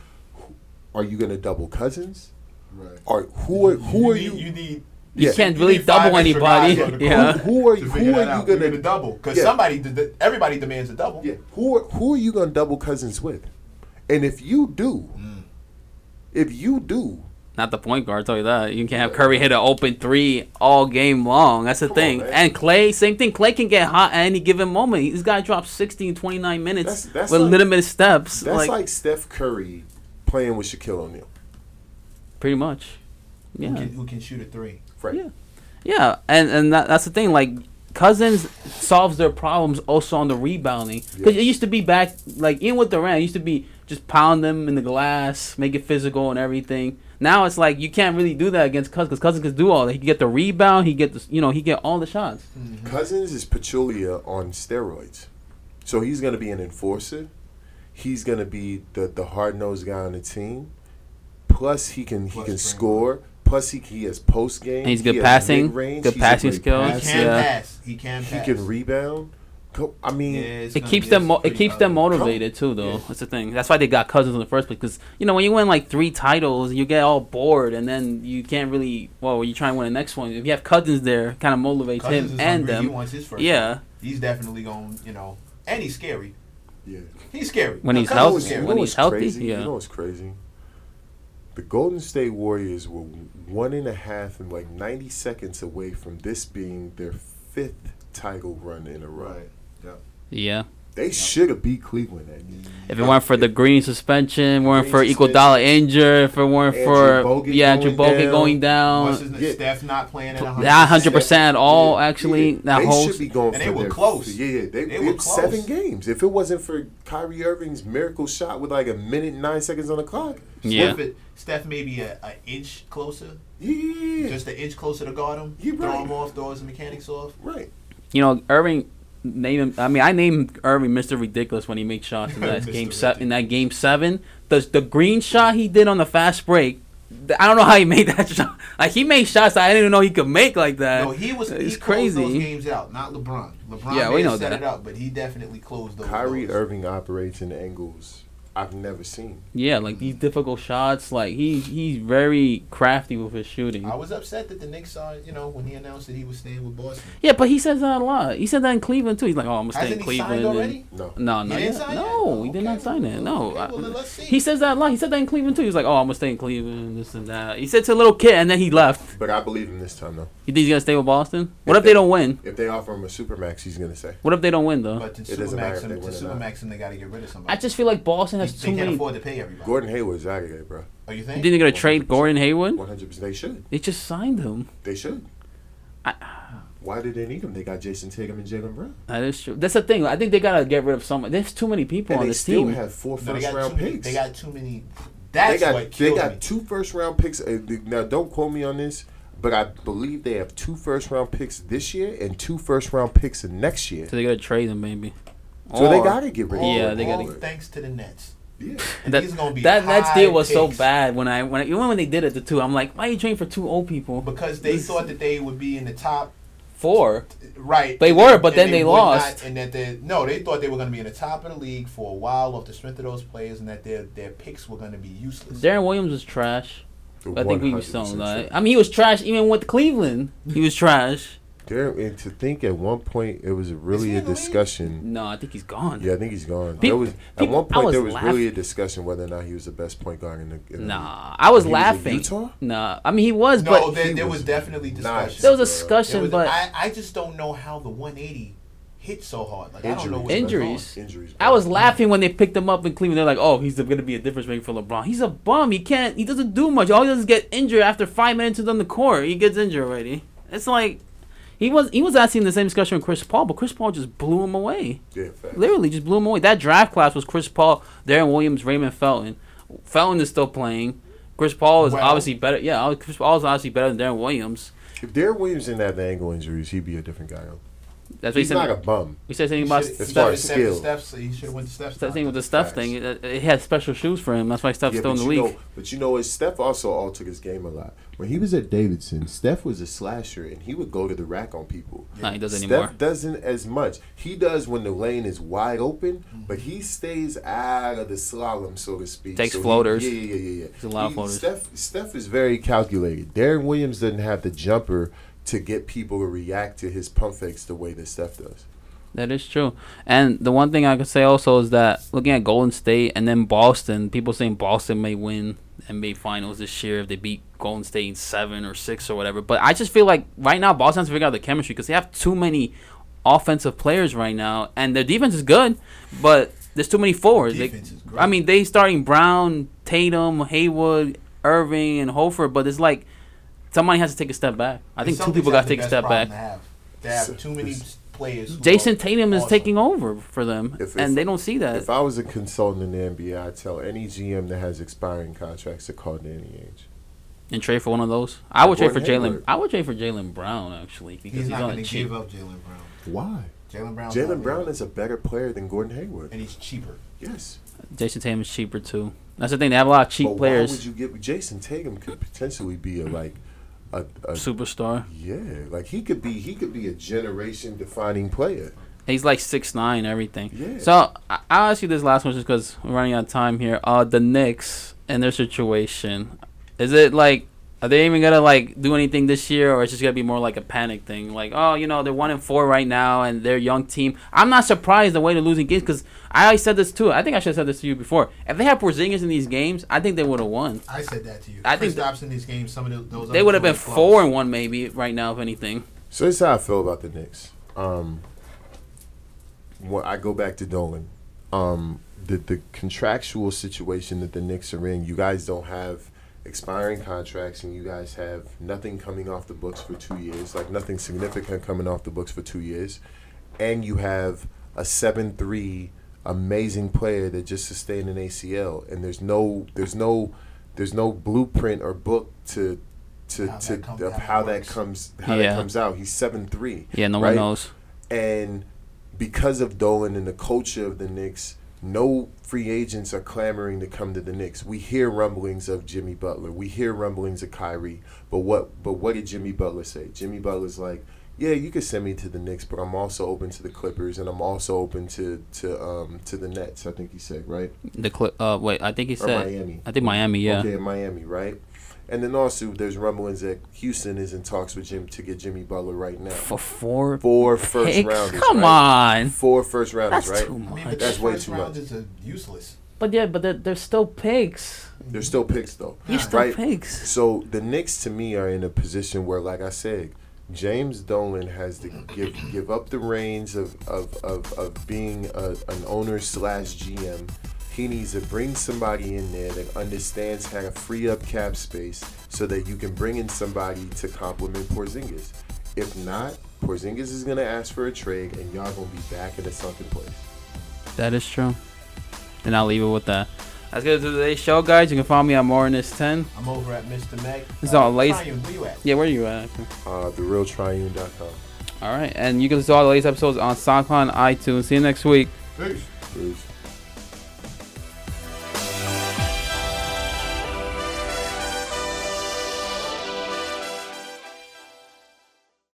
[SPEAKER 3] Are you gonna double Cousins?
[SPEAKER 4] Right.
[SPEAKER 3] Or who are who are
[SPEAKER 2] need,
[SPEAKER 3] you?
[SPEAKER 2] You need
[SPEAKER 1] you
[SPEAKER 3] Yeah.
[SPEAKER 1] can't
[SPEAKER 2] You
[SPEAKER 1] really
[SPEAKER 2] need five
[SPEAKER 1] double
[SPEAKER 2] extra
[SPEAKER 1] anybody.
[SPEAKER 2] guys on the
[SPEAKER 1] Yeah.
[SPEAKER 3] Who, who are
[SPEAKER 2] to
[SPEAKER 3] you?
[SPEAKER 2] figure
[SPEAKER 3] Who
[SPEAKER 2] that
[SPEAKER 3] are you
[SPEAKER 2] out. You're
[SPEAKER 3] gonna
[SPEAKER 2] gonna double because
[SPEAKER 3] Yeah.
[SPEAKER 2] somebody did the, everybody demands a double.
[SPEAKER 3] Yeah. Who are, who are you gonna double Cousins with? And if you do,
[SPEAKER 2] Mm.
[SPEAKER 3] if you do,
[SPEAKER 1] Not the point guard, I'll tell you that. You can't have Curry hit an open three all game long. That's the
[SPEAKER 3] Come on,
[SPEAKER 1] thing.
[SPEAKER 3] man.
[SPEAKER 1] and Clay, same thing. Clay can get hot at any given moment. This guy drops 16, 29 minutes
[SPEAKER 3] That's- that's
[SPEAKER 1] with
[SPEAKER 3] like-
[SPEAKER 1] limited steps.
[SPEAKER 3] That's like,
[SPEAKER 1] Like,
[SPEAKER 3] Steph Curry playing with Shaquille O'Neal.
[SPEAKER 1] pretty much.
[SPEAKER 2] Who,
[SPEAKER 1] Yeah.
[SPEAKER 2] can, who can shoot a three?
[SPEAKER 3] Right.
[SPEAKER 1] Yeah. Mm-hmm. Yeah. And and that, that's the thing. Like, Cousins solves their problems also on the rebounding. Because it
[SPEAKER 3] Yes.
[SPEAKER 1] used to be back, like, even with Durant, it used to be just pound them in the glass, make it physical and everything. Now it's like you can't really do that against Cousins because Cousins can do all that. He can get the rebound, he get the, you know, he get all the shots.
[SPEAKER 3] Cousins is Pachulia on steroids. So he's going to be an enforcer. He's going to be the, the hard nosed guy on the team. Plus, he can he
[SPEAKER 2] Plus
[SPEAKER 3] can
[SPEAKER 2] bring-
[SPEAKER 3] score. Plus, he, he has post game.
[SPEAKER 1] And he's good passing, good passing skills.
[SPEAKER 2] He
[SPEAKER 1] Pass,
[SPEAKER 2] can
[SPEAKER 1] yeah.
[SPEAKER 2] pass. He can
[SPEAKER 3] He
[SPEAKER 2] pass.
[SPEAKER 3] can rebound. Co- I mean,
[SPEAKER 1] It keeps them mo- it keeps them motivated too, though.
[SPEAKER 2] Yeah.
[SPEAKER 1] That's the thing. That's why they got Cousins in the first place. Because you know when you win like three titles, you get all bored, and then you can't really. Well, you try and win the next one. If you have Cousins there, kind of motivates him and
[SPEAKER 2] He
[SPEAKER 1] them.
[SPEAKER 2] wants his first.
[SPEAKER 1] Yeah,
[SPEAKER 2] He's definitely going. to You know, and he's scary.
[SPEAKER 3] yeah.
[SPEAKER 2] He's scary.
[SPEAKER 1] When
[SPEAKER 2] No,
[SPEAKER 1] he's
[SPEAKER 2] Cousins
[SPEAKER 1] healthy-
[SPEAKER 2] is scary.
[SPEAKER 1] when he's
[SPEAKER 3] what's
[SPEAKER 1] healthy,
[SPEAKER 3] crazy?
[SPEAKER 1] yeah.
[SPEAKER 3] You know what's crazy? The Golden State Warriors were one and a half and like 90 seconds away from this being their fifth title run in a row.
[SPEAKER 4] Right.
[SPEAKER 1] yeah.
[SPEAKER 3] They should have beat Cleveland that year.
[SPEAKER 1] If it weren't for the green suspension, weren't for
[SPEAKER 3] Green
[SPEAKER 1] Iguodala injured, if it weren't
[SPEAKER 3] Andrew
[SPEAKER 1] for
[SPEAKER 3] Bogut
[SPEAKER 1] yeah, Andrew
[SPEAKER 3] going
[SPEAKER 1] Bogut
[SPEAKER 3] down.
[SPEAKER 1] going
[SPEAKER 2] What's
[SPEAKER 1] down,
[SPEAKER 2] his name?
[SPEAKER 3] Yeah.
[SPEAKER 2] Steph not playing at
[SPEAKER 1] that hundred
[SPEAKER 2] 100%.
[SPEAKER 1] percent at all.
[SPEAKER 3] Yeah,
[SPEAKER 1] Actually,
[SPEAKER 3] yeah.
[SPEAKER 1] that
[SPEAKER 3] they
[SPEAKER 1] whole
[SPEAKER 3] should be going.
[SPEAKER 2] And
[SPEAKER 3] for
[SPEAKER 2] they were
[SPEAKER 3] their-
[SPEAKER 2] close.
[SPEAKER 3] Yeah, yeah, they,
[SPEAKER 2] They
[SPEAKER 3] it
[SPEAKER 2] were
[SPEAKER 3] was seven
[SPEAKER 2] close.
[SPEAKER 3] games. If it wasn't for Kyrie Irving's miracle shot with like a minute and nine seconds on the clock,
[SPEAKER 1] yeah.
[SPEAKER 2] Steph, it- Steph maybe a, a inch closer,
[SPEAKER 3] yeah, yeah, yeah.
[SPEAKER 2] just an inch closer to guard him.
[SPEAKER 3] You
[SPEAKER 2] throw
[SPEAKER 3] right.
[SPEAKER 2] him off, throw his mechanics off.
[SPEAKER 3] right.
[SPEAKER 1] you know, Irving name him. I mean, I named Irving Mr. Ridiculous when he made shots in that
[SPEAKER 2] Mr.
[SPEAKER 1] game seven. In that game seven, the the green shot he did on the fast break. th- I don't know how he made that shot. Like he made shots that I didn't even know he could make like that.
[SPEAKER 2] No, he was.
[SPEAKER 1] It's
[SPEAKER 2] he closed
[SPEAKER 1] crazy.
[SPEAKER 2] Those games out, not LeBron. LeBron
[SPEAKER 1] Yeah,
[SPEAKER 2] yeah,
[SPEAKER 1] we know
[SPEAKER 2] set
[SPEAKER 1] that.
[SPEAKER 2] it up, but he definitely closed those.
[SPEAKER 3] Kyrie
[SPEAKER 2] doors.
[SPEAKER 3] Irving operates in angles I've never seen.
[SPEAKER 1] Yeah, like these difficult shots. Like he he's very crafty with his shooting.
[SPEAKER 2] I was upset that the Knicks are, you know, when he announced that he was staying with Boston.
[SPEAKER 1] Yeah, but he says that a lot. He said that in Cleveland too. He's like, oh, I'm gonna stay in
[SPEAKER 2] Hasn't he
[SPEAKER 1] Cleveland.
[SPEAKER 2] signed
[SPEAKER 1] and-
[SPEAKER 2] already?
[SPEAKER 3] No.
[SPEAKER 1] No,
[SPEAKER 2] He
[SPEAKER 1] no,
[SPEAKER 2] didn't
[SPEAKER 1] yeah.
[SPEAKER 2] sign it?
[SPEAKER 1] no, he did
[SPEAKER 2] Okay,
[SPEAKER 1] not sign
[SPEAKER 2] well,
[SPEAKER 1] it. No,
[SPEAKER 2] okay, well, then let's
[SPEAKER 1] I,
[SPEAKER 2] see.
[SPEAKER 1] he says that a lot. He said that in Cleveland too. He was like, "Oh, I'm gonna stay in Cleveland, this and that." He said to a little kid, and then he left.
[SPEAKER 3] But I believe him this time though.
[SPEAKER 1] You think he's gonna stay with Boston? What if
[SPEAKER 3] they-
[SPEAKER 1] they don't win?
[SPEAKER 3] If they offer him a supermax, he's gonna say.
[SPEAKER 1] What if they don't win though?
[SPEAKER 2] But to
[SPEAKER 3] It doesn't matter
[SPEAKER 2] Supermax
[SPEAKER 3] if
[SPEAKER 2] him,
[SPEAKER 3] they
[SPEAKER 2] to
[SPEAKER 3] win or not.
[SPEAKER 2] Supermax him, they got to get rid of somebody.
[SPEAKER 1] I just feel like Boston
[SPEAKER 2] they,
[SPEAKER 1] has
[SPEAKER 2] they
[SPEAKER 1] too
[SPEAKER 2] can't
[SPEAKER 1] many.
[SPEAKER 2] afford to pay everybody.
[SPEAKER 3] Gordon Hayward's out of here, bro.
[SPEAKER 2] oh, you
[SPEAKER 1] You
[SPEAKER 2] think?
[SPEAKER 1] think they're gonna trade Gordon Hayward?
[SPEAKER 3] One hundred percent. They should.
[SPEAKER 1] They just signed him.
[SPEAKER 3] They should. Why did they need him? They got Jason Tatum and Jalen Brown,
[SPEAKER 1] That is true. That's the thing. I think they gotta get rid of someone. There's too many people
[SPEAKER 3] and
[SPEAKER 1] on
[SPEAKER 3] they
[SPEAKER 1] this
[SPEAKER 3] still
[SPEAKER 1] team.
[SPEAKER 3] have four
[SPEAKER 2] No, they
[SPEAKER 3] first
[SPEAKER 2] got
[SPEAKER 3] round
[SPEAKER 2] too many.
[SPEAKER 3] picks.
[SPEAKER 2] They got too many.
[SPEAKER 3] They
[SPEAKER 2] That's
[SPEAKER 3] got
[SPEAKER 2] what
[SPEAKER 3] they
[SPEAKER 2] killed me.
[SPEAKER 3] got two first round picks. Uh, th- Now don't quote me on this, but I believe they have two first round picks this year and two first round picks in next year.
[SPEAKER 1] so they gotta trade him, maybe.
[SPEAKER 3] So they
[SPEAKER 1] Or-
[SPEAKER 3] gotta get rid of.
[SPEAKER 2] All-
[SPEAKER 1] Yeah, they
[SPEAKER 2] all
[SPEAKER 1] gotta-
[SPEAKER 2] Thanks to the Nets.
[SPEAKER 3] Yeah.
[SPEAKER 2] And
[SPEAKER 1] That
[SPEAKER 2] these gonna be
[SPEAKER 1] that Nets
[SPEAKER 2] high
[SPEAKER 1] deal was so
[SPEAKER 2] picks.
[SPEAKER 1] bad when I when I, even when they did it the two. I'm like, why you trading for two old people?
[SPEAKER 2] because they
[SPEAKER 1] This-
[SPEAKER 2] thought that they would be in the top
[SPEAKER 1] Four.
[SPEAKER 2] right.
[SPEAKER 1] They were, but
[SPEAKER 2] And
[SPEAKER 1] then they
[SPEAKER 2] would
[SPEAKER 1] lost.
[SPEAKER 2] Not, and that they no, they thought they were going to be in the top of the league for a while off the strength of those players, and that their their picks were going to be useless.
[SPEAKER 1] Darren Williams was trash. I think we was selling
[SPEAKER 3] 100%
[SPEAKER 1] that.
[SPEAKER 3] sure.
[SPEAKER 1] I mean, he was trash even with Cleveland. He was trash.
[SPEAKER 3] There and to think at one point it was really
[SPEAKER 2] he
[SPEAKER 3] a
[SPEAKER 2] in the league?
[SPEAKER 3] discussion.
[SPEAKER 1] No, I think he's gone.
[SPEAKER 3] Yeah, I think he's gone.
[SPEAKER 1] Peop-
[SPEAKER 3] there was at
[SPEAKER 1] peop-
[SPEAKER 3] one
[SPEAKER 1] I
[SPEAKER 3] point
[SPEAKER 1] was
[SPEAKER 3] there was
[SPEAKER 1] laughing.
[SPEAKER 3] really a discussion whether or not he was the best point guard in the. In the league.
[SPEAKER 1] Nah, I was
[SPEAKER 3] He was in
[SPEAKER 1] laughing.
[SPEAKER 3] Utah?
[SPEAKER 1] Nah, I mean he was,
[SPEAKER 2] no,
[SPEAKER 1] but
[SPEAKER 2] there,
[SPEAKER 3] he
[SPEAKER 2] there was,
[SPEAKER 3] was
[SPEAKER 2] definitely
[SPEAKER 3] nice.
[SPEAKER 2] discussion.
[SPEAKER 1] there was a
[SPEAKER 3] bro.
[SPEAKER 1] discussion.
[SPEAKER 2] It was-
[SPEAKER 1] but I,
[SPEAKER 2] I, I just don't know how the 180 hit so hard. Like I don't know what's
[SPEAKER 3] Injuries, man.
[SPEAKER 2] going
[SPEAKER 1] Injuries.
[SPEAKER 3] Injuries.
[SPEAKER 1] was laughing when they picked him up in Cleveland. They're like, "Oh, he's gonna be a difference maker for LeBron. He's a bum. He can't. He doesn't do much. All he does is get injured after five minutes is on the court. He gets injured already. It's like." He was he was asking the same discussion with Chris Paul, but Chris Paul just blew him away.
[SPEAKER 3] Yeah, fact.
[SPEAKER 1] Literally just blew him away. That draft class was Chris Paul, Darren Williams, Raymond Felton. Felton is still playing. Chris Paul is
[SPEAKER 2] Well-
[SPEAKER 1] obviously better. Yeah, Chris Paul is obviously better than Darren Williams.
[SPEAKER 3] If Darren Williams didn't have the ankle injuries, he'd be a different guy.
[SPEAKER 1] That's what he
[SPEAKER 3] He's
[SPEAKER 1] said.
[SPEAKER 3] not a bum.
[SPEAKER 1] He said something
[SPEAKER 2] on.
[SPEAKER 1] about
[SPEAKER 2] He should've-
[SPEAKER 3] As
[SPEAKER 2] he
[SPEAKER 3] far
[SPEAKER 2] should've
[SPEAKER 3] as
[SPEAKER 2] stepped the
[SPEAKER 3] skill.
[SPEAKER 2] steps- He should have went to steps.
[SPEAKER 1] that thing with the
[SPEAKER 3] Facts.
[SPEAKER 1] Steph thing. It, it had special shoes for him. That's why Steph's still in
[SPEAKER 3] but
[SPEAKER 1] the
[SPEAKER 3] you
[SPEAKER 1] league.
[SPEAKER 3] Know, but you know what? Steph also altered his game a lot. When he was at Davidson, Steph was a slasher and he would go to the rack on people.
[SPEAKER 1] No, he doesn't
[SPEAKER 3] Steph
[SPEAKER 1] anymore.
[SPEAKER 3] doesn't as much. He does when the lane is wide open, but he stays out of the slalom, so to speak.
[SPEAKER 1] Takes
[SPEAKER 3] So he-
[SPEAKER 1] floaters.
[SPEAKER 3] yeah, yeah, yeah, yeah.
[SPEAKER 1] He's a lot of
[SPEAKER 3] He-
[SPEAKER 1] floaters.
[SPEAKER 3] Steph, Steph is very calculated. Darren Williams doesn't have the jumper to get people to react to his pump fakes the way that Steph does.
[SPEAKER 1] That is true. And the one thing I could say also is that looking at Golden State and then Boston, people saying Boston may win NBA Finals this year if they beat Golden State in seven or six or whatever. But I just feel like right now Boston has to figure out the chemistry because they have too many offensive players right now, and their defense is good, but there's too many forwards. They-
[SPEAKER 2] Defense is great.
[SPEAKER 1] I mean, they starting Brown, Tatum, Haywood, Irving, and Hofer, but it's like somebody has to take a step back. I think two people got to take a step back.
[SPEAKER 2] They have. They have too many players. who
[SPEAKER 1] Jason
[SPEAKER 2] are
[SPEAKER 1] Tatum is
[SPEAKER 2] awesome.
[SPEAKER 1] taking over for them,
[SPEAKER 3] If-
[SPEAKER 1] and
[SPEAKER 3] if-
[SPEAKER 1] they don't see that.
[SPEAKER 3] If I was a consultant in the NBA, I'd tell any GM that has expiring contracts to call Danny Ainge.
[SPEAKER 1] and trade for one of those. I would trade for
[SPEAKER 3] Gordon
[SPEAKER 1] Jalen.
[SPEAKER 3] Hayward.
[SPEAKER 1] I would trade for Jalen Brown actually because
[SPEAKER 2] He's,
[SPEAKER 1] he's,
[SPEAKER 2] not
[SPEAKER 1] on
[SPEAKER 2] going
[SPEAKER 1] the
[SPEAKER 2] to
[SPEAKER 1] cheap.
[SPEAKER 2] give up Jalen Brown.
[SPEAKER 3] Why?
[SPEAKER 2] Jalen Brown.
[SPEAKER 3] Jalen Brown is a better player than Gordon Hayward.
[SPEAKER 2] and he's cheaper.
[SPEAKER 3] Yes.
[SPEAKER 1] Jason Tatum is cheaper too. That's the thing. They have a lot of cheap
[SPEAKER 3] but Why would
[SPEAKER 1] players.
[SPEAKER 3] you get Jason Tatum could potentially be a like a, a
[SPEAKER 1] Superstar.
[SPEAKER 3] yeah, like he could be he could be a generation defining player.
[SPEAKER 1] He's like six nine. Everything.
[SPEAKER 3] Yeah.
[SPEAKER 1] So I- I'll ask you this last one just because we're running out of time here. Uh, the Knicks and their situation. Is it like? Are they even gonna like do anything this year, or it's just gonna be more like a panic thing? Like, oh, you know, they're one and four right now, and they're a young team. I'm not surprised the way they're losing games because I always said this too. I think I should have said this to you before. If they had Porzingis in these games, I think they would have won.
[SPEAKER 2] I said that to you.
[SPEAKER 1] I
[SPEAKER 2] I
[SPEAKER 1] think
[SPEAKER 2] think stops in these games. Some of tho- those.
[SPEAKER 1] They
[SPEAKER 2] other
[SPEAKER 1] would have been
[SPEAKER 2] teams were close.
[SPEAKER 1] four and one maybe right now, if anything.
[SPEAKER 3] So this is how I feel about the Knicks. Um, when I go back to Dolan, um, the the contractual situation that the Knicks are in, you guys don't have expiring contracts, and you guys have nothing coming off the books for two years, like nothing significant coming off the books for two years, and you have a seven three amazing player that just sustained an ACL, and there's no there's no there's no blueprint or book to to,
[SPEAKER 2] How that
[SPEAKER 3] to
[SPEAKER 2] come-
[SPEAKER 3] of
[SPEAKER 2] how it
[SPEAKER 3] how that
[SPEAKER 2] works.
[SPEAKER 3] comes how
[SPEAKER 1] Yeah.
[SPEAKER 3] that comes out. He's seven three.
[SPEAKER 1] Yeah, no one knows.
[SPEAKER 3] And because of Dolan and the culture of the Knicks, no free agents are clamoring to come to the Knicks. We hear rumblings of Jimmy Butler. We hear rumblings of Kyrie. But what but what did Jimmy Butler say? Jimmy Butler's like, yeah, you could send me to the Knicks, but I'm also open to the Clippers, and I'm also open to to um to the Nets. I think you said right
[SPEAKER 1] The Cl- uh wait, I think he
[SPEAKER 3] or
[SPEAKER 1] said
[SPEAKER 3] Miami.
[SPEAKER 1] I think Miami, yeah.
[SPEAKER 3] Okay, Miami, right? And then also there's rumblings that Houston is in talks with Jim to get Jimmy Butler right now.
[SPEAKER 1] For four
[SPEAKER 3] Four first
[SPEAKER 1] picks?
[SPEAKER 3] rounders.
[SPEAKER 1] Come
[SPEAKER 3] right?
[SPEAKER 1] on.
[SPEAKER 3] Four first rounders,
[SPEAKER 1] That's
[SPEAKER 3] right?
[SPEAKER 1] too
[SPEAKER 2] I mean,
[SPEAKER 1] much.
[SPEAKER 2] but
[SPEAKER 3] That's
[SPEAKER 2] the
[SPEAKER 3] way
[SPEAKER 2] first
[SPEAKER 3] too
[SPEAKER 2] round
[SPEAKER 3] much.
[SPEAKER 2] Is a useless.
[SPEAKER 1] But yeah, but they're, they're still pigs.
[SPEAKER 3] They're still picks though.
[SPEAKER 1] You're still
[SPEAKER 3] right?
[SPEAKER 1] pigs.
[SPEAKER 3] So the Knicks to me are in a position where, like I said, James Dolan has to give give up the reins of of, of, of being a, an owner slash GM. He needs to bring somebody in there that understands how to free up cap space so that you can bring in somebody to complement Porzingis. If not, Porzingis is gonna ask for a trade, and y'all gonna be back in the sunken place.
[SPEAKER 1] That is true. And I'll leave it with that. That's gonna do today's show, guys. You can find me at Morinus10.
[SPEAKER 2] I'm over at Mr. Mac.
[SPEAKER 1] It's all lazy.
[SPEAKER 2] Ryan, where you at?
[SPEAKER 1] Yeah, where you at?
[SPEAKER 3] Uh, TheRealTriune.com.
[SPEAKER 1] All right, and you can see all the latest episodes on SoundCloud, iTunes. See you next week.
[SPEAKER 4] Peace.
[SPEAKER 3] Peace.